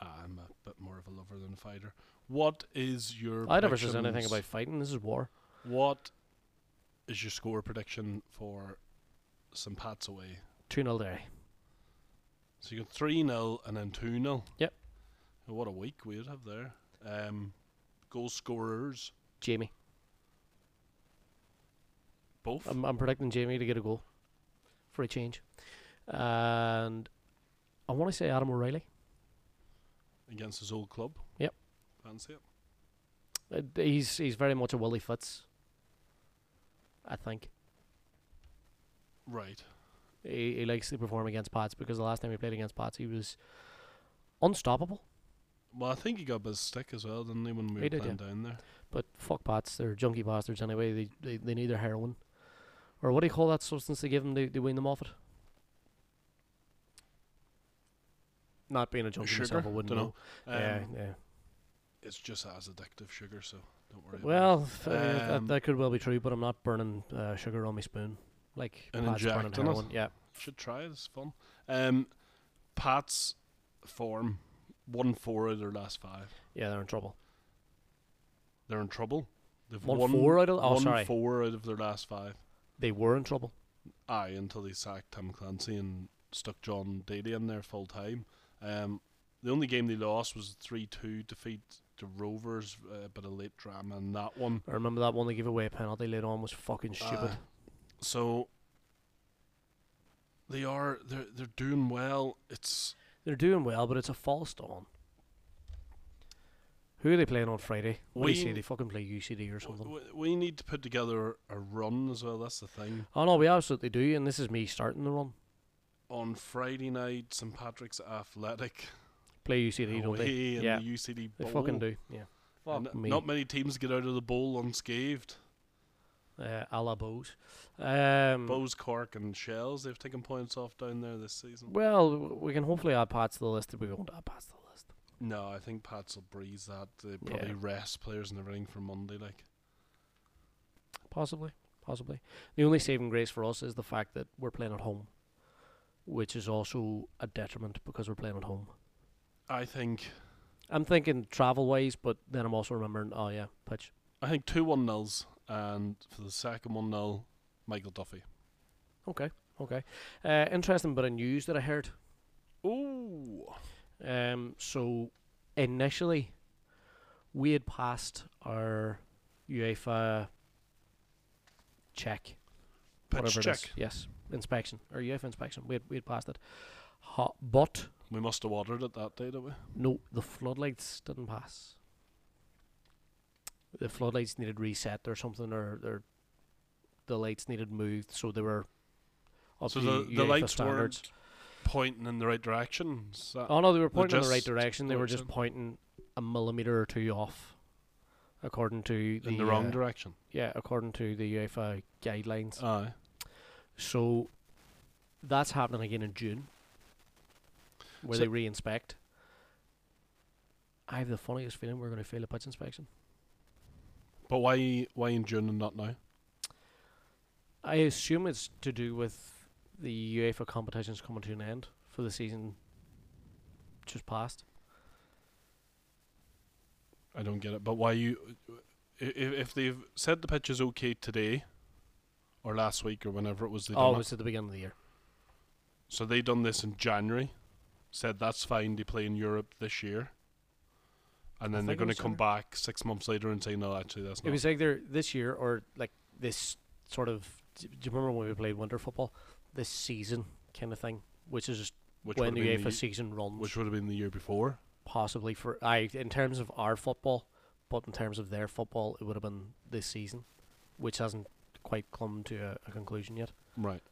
B: Ah, I'm a bit more of a lover than a fighter. What is your?
A: I never says anything
B: predictions-
A: about fighting. This is war.
B: What is your score prediction for St Pat's away?
A: 2 0 Derry.
B: So you got 3 0 and then 2 0.
A: Yep.
B: What a week we'd have there. Um, goal scorers
A: Jamie.
B: Both.
A: I'm, I'm predicting Jamie to get a goal for a change. And I want to say Adam O'Reilly.
B: against his old club.
A: Yep.
B: Fancy it.
A: Uh, d- he's he's very much a Willie Fitz. I think
B: Right.
A: he, he likes to perform against Pats because the last time he played against Pats, he was unstoppable.
B: Well, I think he got a bit of stick as well, didn't he, when we
A: He
B: were
A: did,
B: playing down there?
A: But fuck Pats, they're junkie bastards anyway. They they, they need their heroin, or what do you call that substance they give them to, to wean them off it? Not being a junkie myself, I
B: Sugar?
A: wouldn't
B: Dunno.
A: know.
B: Um,
A: yeah, yeah.
B: It's just as addictive sugar, so don't worry. about it.
A: Well, f- I mean,
B: Um,
A: that, that could well be true, but I'm not burning uh, sugar on my spoon like
B: And
A: Pat's burning
B: injecting it.
A: heroin. Yeah,
B: should try it. It's fun. Um, Pat's form one four out of their last five.
A: yeah, they're in trouble.
B: They're in trouble. They've
A: One
B: won
A: four out of- oh,
B: won
A: sorry.
B: four out of their last five.
A: They were in trouble.
B: Aye, until they sacked Tim Clancy and stuck John Daly in there full time. Um, the only game they lost was three two defeat to Rovers. uh, A bit of late drama in that one.
A: I remember that one they gave away a penalty later on was fucking stupid.
B: Uh, so they are they're they're doing well. It's
A: They're doing well, but it's a false dawn. Who are they playing on Friday? What do you say?
B: We-
A: They fucking play UCD or something.
B: we, we need to put together a run as well. That's the thing.
A: oh no, we absolutely do, and this is me starting the run.
B: On Friday night, St Patrick's Athletic
A: Play UCD, don't they?
B: away in
A: Yeah,
B: the UCD
A: they
B: Bowl.
A: fucking do. Yeah,
B: And
A: Fuck me.
B: Oh. Not many teams get out of the bowl unscathed.
A: uh, a la Bose. Um,
B: Bowes, Cork, and Shells. They've taken points off down there this season.
A: Well, w- we can hopefully add Pats to the list if we won't add Pats to the list.
B: No, I think Pats will breeze that. They probably
A: Yeah.
B: rest players and everything for Monday. Like,
A: Possibly, possibly. The only saving grace for us is the fact that we're playing at home, which is also a detriment because we're playing at home.
B: I think,
A: I'm thinking travel wise, but then I'm also remembering, oh yeah, pitch.
B: I think two one nils, and for the second one nil, Michael Duffy.
A: Okay, okay. Uh, interesting bit of news that I heard.
B: Ooh,
A: Um, so initially, we had passed our UEFA check.
B: pitch
A: whatever
B: check.
A: It is. Yes, inspection or UEFA inspection. We had, we had passed it, Ho- but
B: We must have watered it that day, did we?
A: no, the floodlights didn't pass. The floodlights needed reset or something, or, or the lights needed moved, so they were up
B: So
A: to
B: the, the
A: UEFA
B: lights
A: standards.
B: weren't pointing in the right direction. Is that-
A: Oh no, they were pointing in the right
B: just
A: direction. They were just
B: direction.
A: pointing a millimeter or two off, according to the
B: in the wrong Uh.
A: uh,
B: direction.
A: yeah, according to the UEFA guidelines.
B: Aye.
A: So that's happening again in June, where
B: So-
A: they re-inspect. I have the funniest feeling we're going to fail a pitch inspection.
B: But why why in June and not now?
A: I assume it's to do with the UEFA competitions coming to an end for the season just past.
B: I don't get it. But why you? If, if they've said the pitch is okay today, or last week, or whenever it was, they done
A: Oh,
B: it.
A: it's at the beginning of the year.
B: So they done this in January, said that's fine. They play in Europe this year, and
A: I
B: then
A: think
B: they're
A: it
B: going to
A: was
B: come back six months later and say no, actually that's
A: It
B: not.
A: was either this year or like this sort of. Do you remember when we played winter football? This season kind of thing, which is
B: which
A: when
B: would
A: the
B: have
A: UEFA
B: been the, ye-
A: season runs.
B: which would have been the year before.
A: possibly for I in terms of our football, but in terms of their football, it would have been this season, which hasn't quite come to a, a conclusion yet.
B: Right.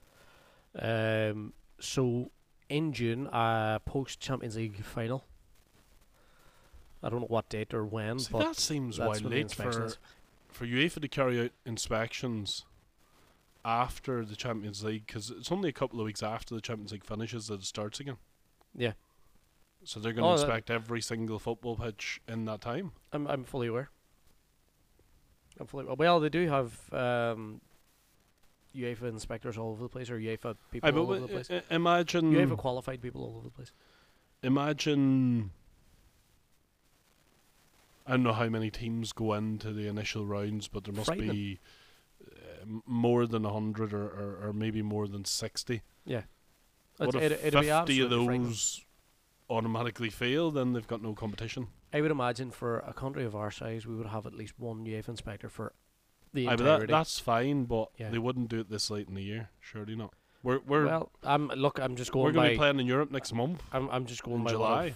A: Um, so in June, uh, post Champions League final. I don't know what date or when,
B: See,
A: Mm, but
B: that seems
A: that's
B: why
A: when the
B: late
A: inspection
B: for
A: is.
B: for UEFA to carry out inspections after the Champions League because it's only a couple of weeks after the Champions League finishes that it starts again.
A: Yeah.
B: So they're going to
A: Oh, that-
B: inspect every single football pitch in that time.
A: I'm I'm fully aware. I'm fully aware. Well, they do have um, UEFA inspectors all over the place, or UEFA people
B: Aye, but uh, um,
A: all over
B: w-
A: the place.
B: i- i- imagine
A: UEFA qualified people all over the place.
B: imagine I don't know how many teams go into the initial rounds, but there must
A: Frightening.
B: be uh, m- more than 100 or, or, or maybe more than 60.
A: It's-
B: What if
A: it'd- it'd be
B: 50 of
A: absolutely frightening.
B: those automatically fail, then they've got no competition.
A: I would imagine for a country of our size, we would have at least one UEFA inspector for the
B: Aye, but that,
A: entirety.
B: that's fine, but
A: Yeah.
B: they wouldn't do it this late in the year. Surely not. We're we're
A: well, I'm look. I'm just
B: we're
A: going
B: gonna
A: by.
B: be playing in Europe next month.
A: I'm I'm just going
B: in
A: by what
B: July.
A: I've-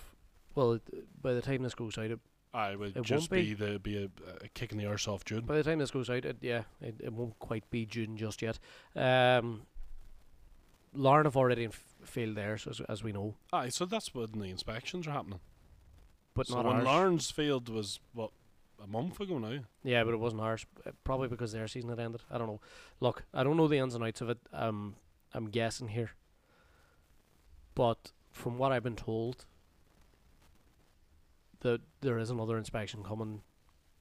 A: well, it- by the time this goes out, it,
B: I would
A: won't
B: just
A: be.
B: be. the be a, a kick in the arse off June.
A: by the time this goes out, it, yeah, it, it won't quite be June just yet. Um, Lauren have already in f- failed theirs, as as we know,
B: Aye, so that's when the inspections are happening.
A: but
B: so
A: not
B: when
A: ours.
B: Lawrence Field was what a month ago now.
A: Yeah, but it wasn't ours. uh, Probably because their season had ended. I don't know. Look, I don't know the ins and outs of it. Um, I'm guessing here. But from what I've been told, that there is another inspection coming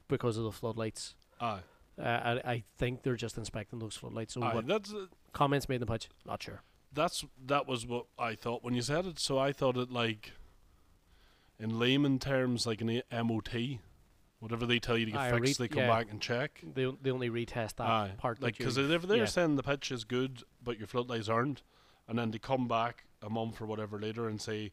A: because of the floodlights.
B: Aye,
A: Uh, I, I think they're just inspecting those floodlights. So
B: aye,
A: what
B: that's
A: comments made in the pitch? Not sure.
B: that's that was what I thought when you said it. So I thought it like in layman terms, like an A- MOT, whatever they tell you to get
A: Aye,
B: fixed,
A: read-
B: they come
A: yeah.
B: back and check.
A: They on- they only retest that
B: Aye,
A: part.
B: like
A: because
B: because if they're
A: yeah.
B: saying the pitch is good, but your floodlights aren't, and then they come back a month or whatever later and say.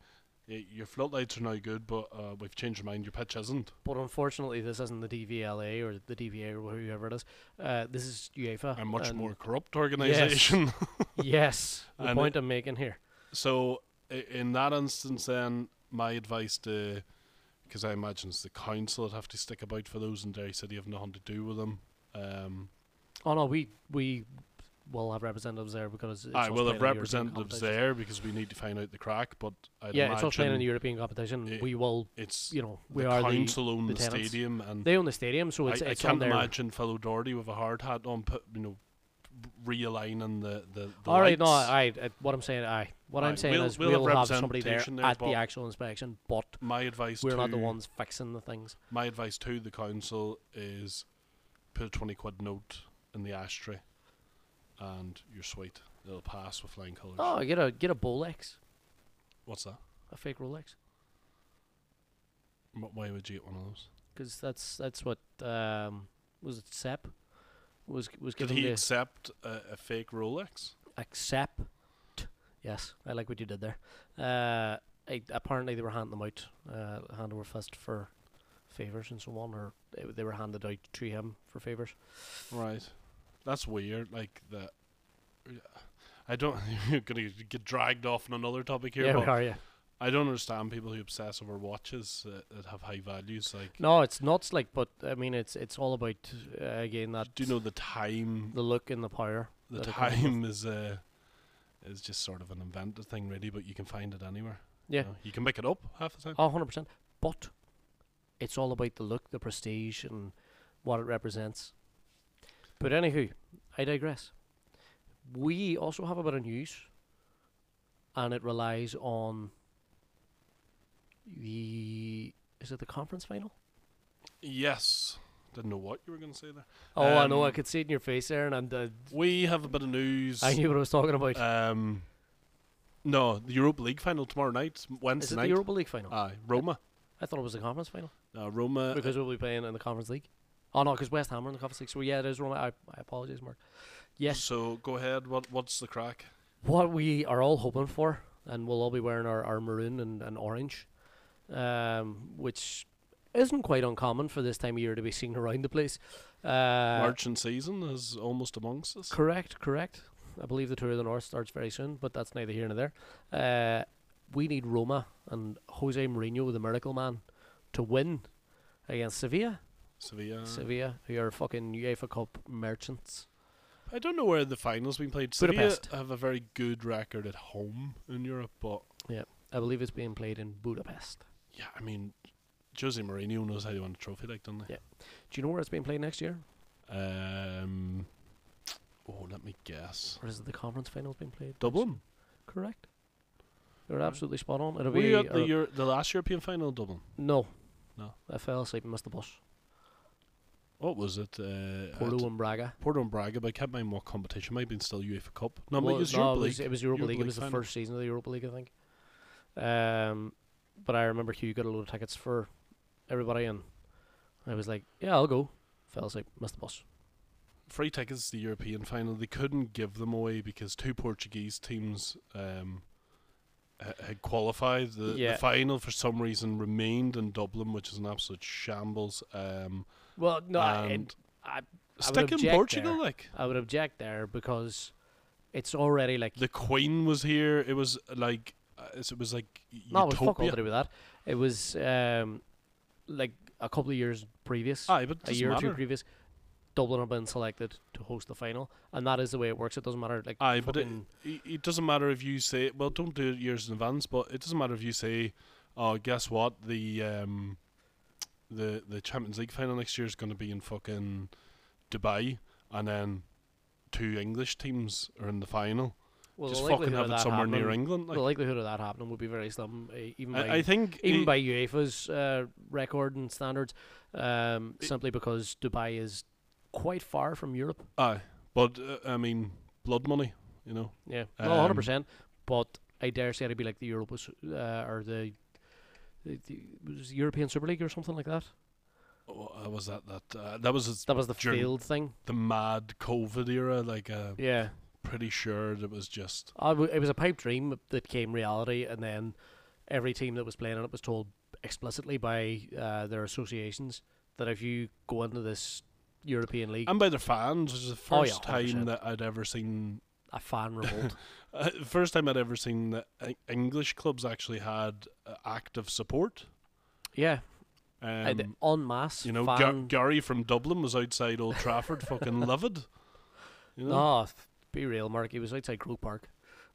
B: "Y- Your floodlights are now good, but uh, we've changed our mind. Your pitch isn't.
A: but unfortunately, this isn't the DVLA or the DVA or whoever it is. Uh, this is UEFA.
B: A much
A: and-
B: more corrupt organisation.
A: yes, the
B: And
A: point I'm making here.
B: So i- in that instance, then my advice to, because I imagine it's the council that have to stick about for those, and Derry City have nothing to do with them. Um,
A: Oh no, we we will have representatives there because it's
B: I
A: us
B: will
A: playing in
B: have
A: European
B: representatives
A: competition.
B: there because we need to find out the crack. But I
A: Yeah, it's us playing in
B: imagine
A: the European competition.
B: it-
A: we will,
B: it's
A: you know,
B: the
A: we are
B: council own
A: the
B: the,
A: tenants.
B: stadium, and
A: the they own the stadium, so
B: I,
A: it's
B: I
A: it's on
B: can't
A: their.
B: imagine fellow Doherty with a hard hat on, put you know, realigning the the. the
A: All right, no,
B: lights.
A: I, I what I'm saying, I what I'm
B: Aye,
A: saying
B: we'll-
A: is
B: we'll
A: we'll,
B: have
A: have, somebody there,
B: representation there,
A: at the
B: but-
A: actual inspection, but
B: my advice
A: we're
B: to
A: not the ones fixing the things.
B: My advice to the council is put a 20 quid note in the ashtray and you're sweet. It'll pass with flying colours.
A: Oh, get a get a Bolex,
B: What's that?
A: a fake Rolex,
B: M- Why would you get one of those?
A: because that's that's what um was it Sep was was
B: Did
A: given
B: he
A: the
B: accept a, a fake Rolex?
A: accept. Yes, I like what you did there. Uh, I, apparently they were handing them out, uh, hand over fist for favors and so on, or they, they were handed out to him for favors.
B: Right. That's weird. Like that. I don't. You're gonna get dragged off on another topic here,
A: yeah, we
B: but
A: are, yeah.
B: I don't understand people who obsess over watches uh, that have high values. Like,
A: No, it's nuts. Like, but I mean, it's it's all about uh, again that
B: do you know the time
A: the look and the power.
B: the
A: that it comes with.
B: time is uh, is just sort of an invented thing, really, but you can find it anywhere. you
A: Yeah,
B: know. you can pick it up half the time.
A: a hundred percent. But it's all about the look, the prestige, and what it represents. But anywho, I digress. We also have a bit of news, and it relies on the is it the conference final?
B: Yes, didn't know what you were going to say there.
A: Oh, I know. I
B: Um,
A: could see it in your face there, and I'm. dead.
B: We have a bit of news.
A: I knew what I was talking about.
B: Um, no, the Europa League final tomorrow night, Wednesday
A: is it
B: night.
A: the Europa League final?
B: Aye, Roma.
A: I thought it was the conference final.
B: Uh, Roma.
A: because we'll be playing in the Conference League. Oh no, because West Ham are in the Conference League. So yeah, it is Roma. I, I apologize, Mark. Yes,
B: So go ahead. What what's the crack?
A: what we are all hoping for, and we'll all be wearing our, our maroon and, and orange, um, which isn't quite uncommon for this time of year to be seen around the place. Uh,
B: Merchant season is almost amongst us.
A: Correct, correct. I believe the Tour of the North starts very soon, but that's neither here nor there. Uh, we need Roma and Jose Mourinho, the miracle man, to win against Sevilla.
B: Sevilla.
A: Sevilla, who are fucking UEFA Cup merchants.
B: I don't know where the finals been played.
A: Budapest.
B: Sevilla have a very good record at home in Europe, but
A: I believe it's being played in Budapest.
B: yeah, I mean, Jose Mourinho knows how to win a trophy, like doesn't he?
A: Do you know where it's being played next year?
B: Um, oh, let me guess.
A: Or is it the conference finals being played? next
B: Dublin.
A: year? Correct. You're
B: Right.
A: absolutely spot on. It'll
B: Were
A: be
B: you at the
A: or-
B: Euro- the last European final in Dublin?
A: No.
B: No.
A: I fell asleep and missed the bus.
B: What was it? Uh,
A: Porto
B: at
A: and Braga.
B: Porto and Braga, but I can't mind what competition. Might have been still UEFA Cup. No, but
A: Well,
B: it was
A: no,
B: Europa
A: it was,
B: League.
A: it was Europa,
B: Europa
A: League.
B: League
A: It was the
B: final.
A: first season of the Europa League, I think. Um, but I remember Hugh got a load of tickets for everybody, and I was like, "Yeah, I'll go." Fell asleep, missed the bus.
B: Free tickets to the European final. They couldn't give them away because two Portuguese teams um, ha- had qualified. The,
A: Yeah.
B: the final, for some reason, remained in Dublin, which is an absolute shambles. Um,
A: Well, no, I,
B: and
A: I
B: Stick in
A: object
B: Portugal,
A: there.
B: like
A: I would object there because it's already like
B: the Queen was here. It was uh, like uh, it was like
A: no, it was fuck all
B: utopia.
A: to do with that. It was um, like a couple of years previous,
B: Aye, but it
A: a
B: Ah, doesn't
A: year or two
B: matter.
A: previous. Dublin have been selected to host the final, and that is the way it works. It doesn't matter like
B: Aye, but it,
A: fucking-
B: it it doesn't matter if you say well, don't do it years in advance. But it doesn't matter if you say, oh, guess what, the um, the the Champions League final next year is going to be in fucking Dubai, and then two English teams are in the final.
A: well, the
B: Just
A: likelihood
B: fucking
A: of
B: have it
A: that
B: somewhere near
A: happening-
B: England. Like,
A: the likelihood of that happening would be very slim, eh, even by
B: I, I think
A: even
B: it-
A: by UEFA's uh, record and standards, um,
B: I-
A: simply because Dubai is quite far from Europe.
B: aye, but uh, I mean blood money, you know.
A: Yeah, no, hundred
B: Um,
A: percent. But I dare say it'd be like the Europa Su- uh, or the, the, the was it European Super League or something like that.
B: Oh, uh, was that that uh, that was
A: That was the
B: During-
A: field thing.
B: the mad COVID era? Like, uh,
A: Yeah,
B: pretty sure that was just
A: I w- it was a pipe dream that came reality, and then every team that was playing in it was told explicitly by uh, their associations that if you go into this European League,
B: and by their fans, which is the
A: Oh, yeah,
B: first
A: 100%.
B: time that I'd ever seen.
A: a fan revolt.
B: Uh, first time I'd ever seen that uh, English clubs actually had uh, active support.
A: yeah,
B: Um,
A: and en masse,
B: you know, Ga-
A: fan
B: Gary from Dublin was outside Old Trafford, fucking livid. You know,
A: No, Ah, f- be real, Mark. He was outside Croke Park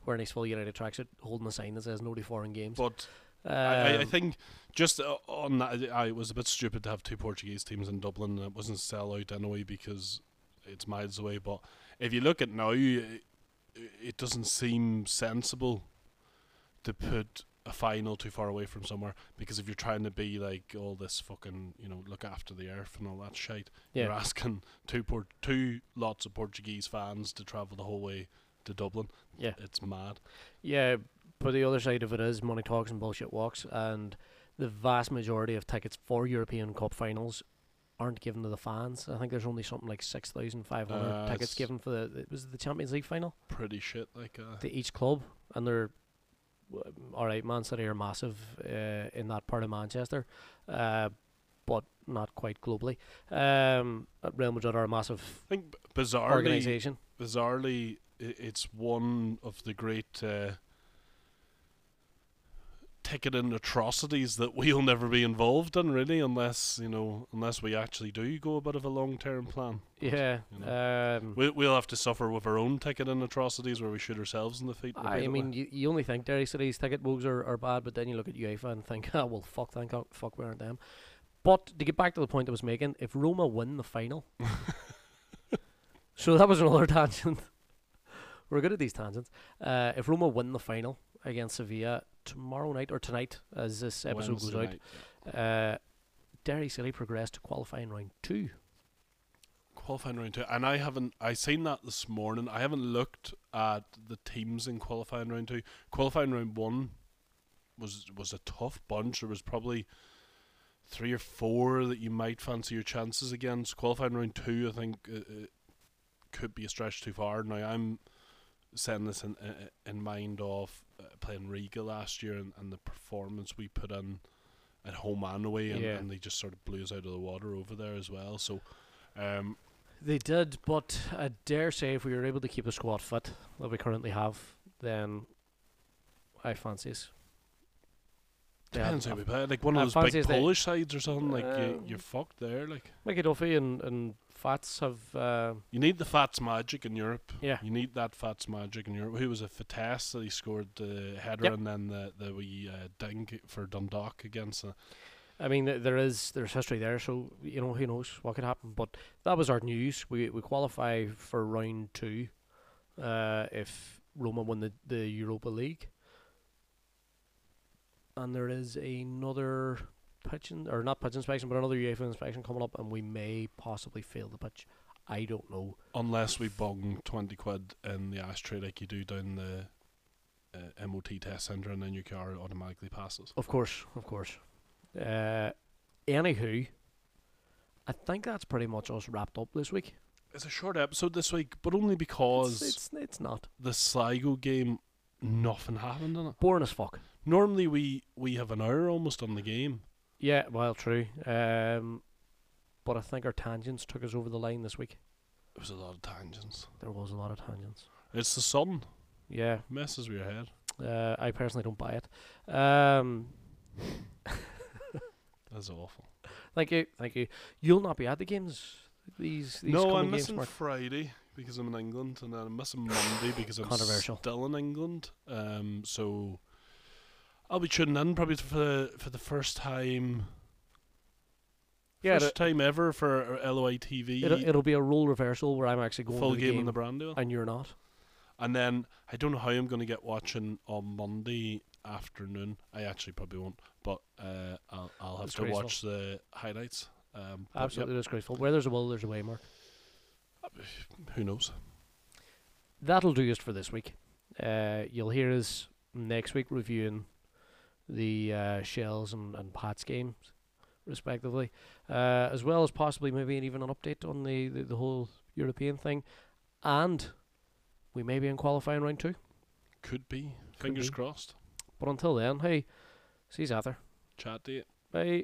A: wearing his full United tracksuit, holding a sign that says no to foreign games.
B: but I, I- I
A: Um,
B: think just uh, on that, I it was a bit stupid to have two Portuguese teams in Dublin. and It wasn't sell out anyway because it's miles away. But if you look at now, it, it doesn't seem sensible to put a final too far away from somewhere because if you're trying to be like all this fucking, you know, look after the earth and all that shit, you're
A: yeah,
B: asking two port two lots of Portuguese fans to travel the whole way to Dublin.
A: Yeah.
B: it's mad.
A: yeah. But the other side of it is money talks and bullshit walks, and the vast majority of tickets for European Cup finals aren't given to the fans. I think there's only something like six thousand five hundred
B: Uh,
A: tickets
B: it's-
A: given for the it was it the Champions League final
B: Pretty shit, like uh,
A: to each club, and they're w- all right. Man City are massive uh, in that part of Manchester, uh, but not quite globally. Um, Real Madrid are a massive
B: I think b- bizarrely.
A: organization.
B: bizarrely, i- it's one of the great uh, ticketing atrocities that we'll never be involved in, really, unless you know, unless we actually do go a bit of a long-term plan.
A: Yeah.
B: you know.
A: Um,
B: We, we'll have to suffer with our own ticketing atrocities, where we shoot ourselves in the feet.
A: I
B: repeatedly.
A: mean, you, you only think Derry City's ticket woes are, are bad, but then you look at UEFA and think, oh, well, fuck, thank God, fuck, we aren't them. But to get back to the point I was making, if Roma win the final. so that was another tangent. We're good at these tangents. Uh, if Roma win the final against Sevilla tomorrow night or tonight, as this episode
B: Wednesday
A: goes
B: night.
A: out, uh, Derry City progressed to qualifying round two.
B: Qualifying round two, and I haven't. I seen that this morning. I haven't looked at the teams in qualifying round two. Qualifying round one was was a tough bunch. There was probably three or four that you might fancy your chances against. Qualifying round two, I think, uh, uh, could be a stretch too far. Now I'm setting this in uh, in mind of uh, playing Riga last year and, and the performance we put in at home and away, and,
A: Yeah.
B: and they just sort of blew us out of the water over there as well. So. Um,
A: They did, but I dare say if we were able to keep the squad fit that we currently have, then I fancy us. They had-
B: Depends how
A: uh,
B: we play. Like one
A: uh,
B: of those
A: fancies
B: big
A: they-
B: Polish sides or something. Like you,
A: Um,
B: you're fucked there. Like
A: Mickey Duffy and, and Fats have. Uh,
B: you need the Fats magic in Europe.
A: yeah.
B: You need that Fats magic in Europe. Who was it? Fatess that he scored the header
A: Yep.
B: and then the the wee uh, dink for Dundalk against. Uh,
A: I mean, th- there is there's history there, so you know who knows what could happen. But that was our news. We we qualify for round two, uh, if Roma win the the Europa League. And there is another pigeon or not pitch inspection, but another UEFA inspection coming up, and we may possibly fail the pitch. I don't know.
B: unless we bung twenty quid in the ashtray like you do down the. Uh, MOT test center and then your car automatically passes.
A: Of course, of course. Uh, anywho, I think that's pretty much us wrapped up this week.
B: It's a short episode this week, but only
A: It's,
B: because
A: it's it's not
B: the Sligo game, nothing happened in it.
A: boring as fuck.
B: Normally we we have an hour almost on the game.
A: Yeah, well, true. Um, but I think our tangents took us over the line this week.
B: There was a lot of tangents.
A: There was a lot of tangents.
B: It's the sun.
A: Yeah,
B: Messes with your head.
A: uh, I personally don't buy it. Um,
B: That's awful.
A: thank you, thank you. You'll not be at the games. These, these
B: no,
A: coming
B: I'm
A: games,
B: missing
A: Mark.
B: Friday because I'm in England, and then I'm missing Monday because I'm
A: Controversial.
B: still in England. Um, so I'll be tuning in probably for the, for the first time.
A: Yeah,
B: first time ever for uh, LOI TV.
A: It'll, it'll be a role reversal where I'm actually going
B: full
A: to the
B: game,
A: game,
B: in the brand deal.
A: and you're not.
B: And then I don't know how I'm going to get watching on Monday afternoon. I actually probably won't, but uh, I'll, I'll have
A: It's
B: to
A: graceful.
B: watch the highlights. Um, but
A: Absolutely disgraceful. Where there's a will, there's a way, Mark.
B: yep, who knows?
A: That'll do us for this week. Uh, you'll hear us next week reviewing the uh, Shells and, and Pats games, respectively, uh, as well as possibly maybe an, even an update on the, the, the whole European thing. And we may be in qualifying round two.
B: Could be. Fingers
A: be.
B: crossed.
A: But until then, hey, see you out there.
B: Chat to you.
A: Bye.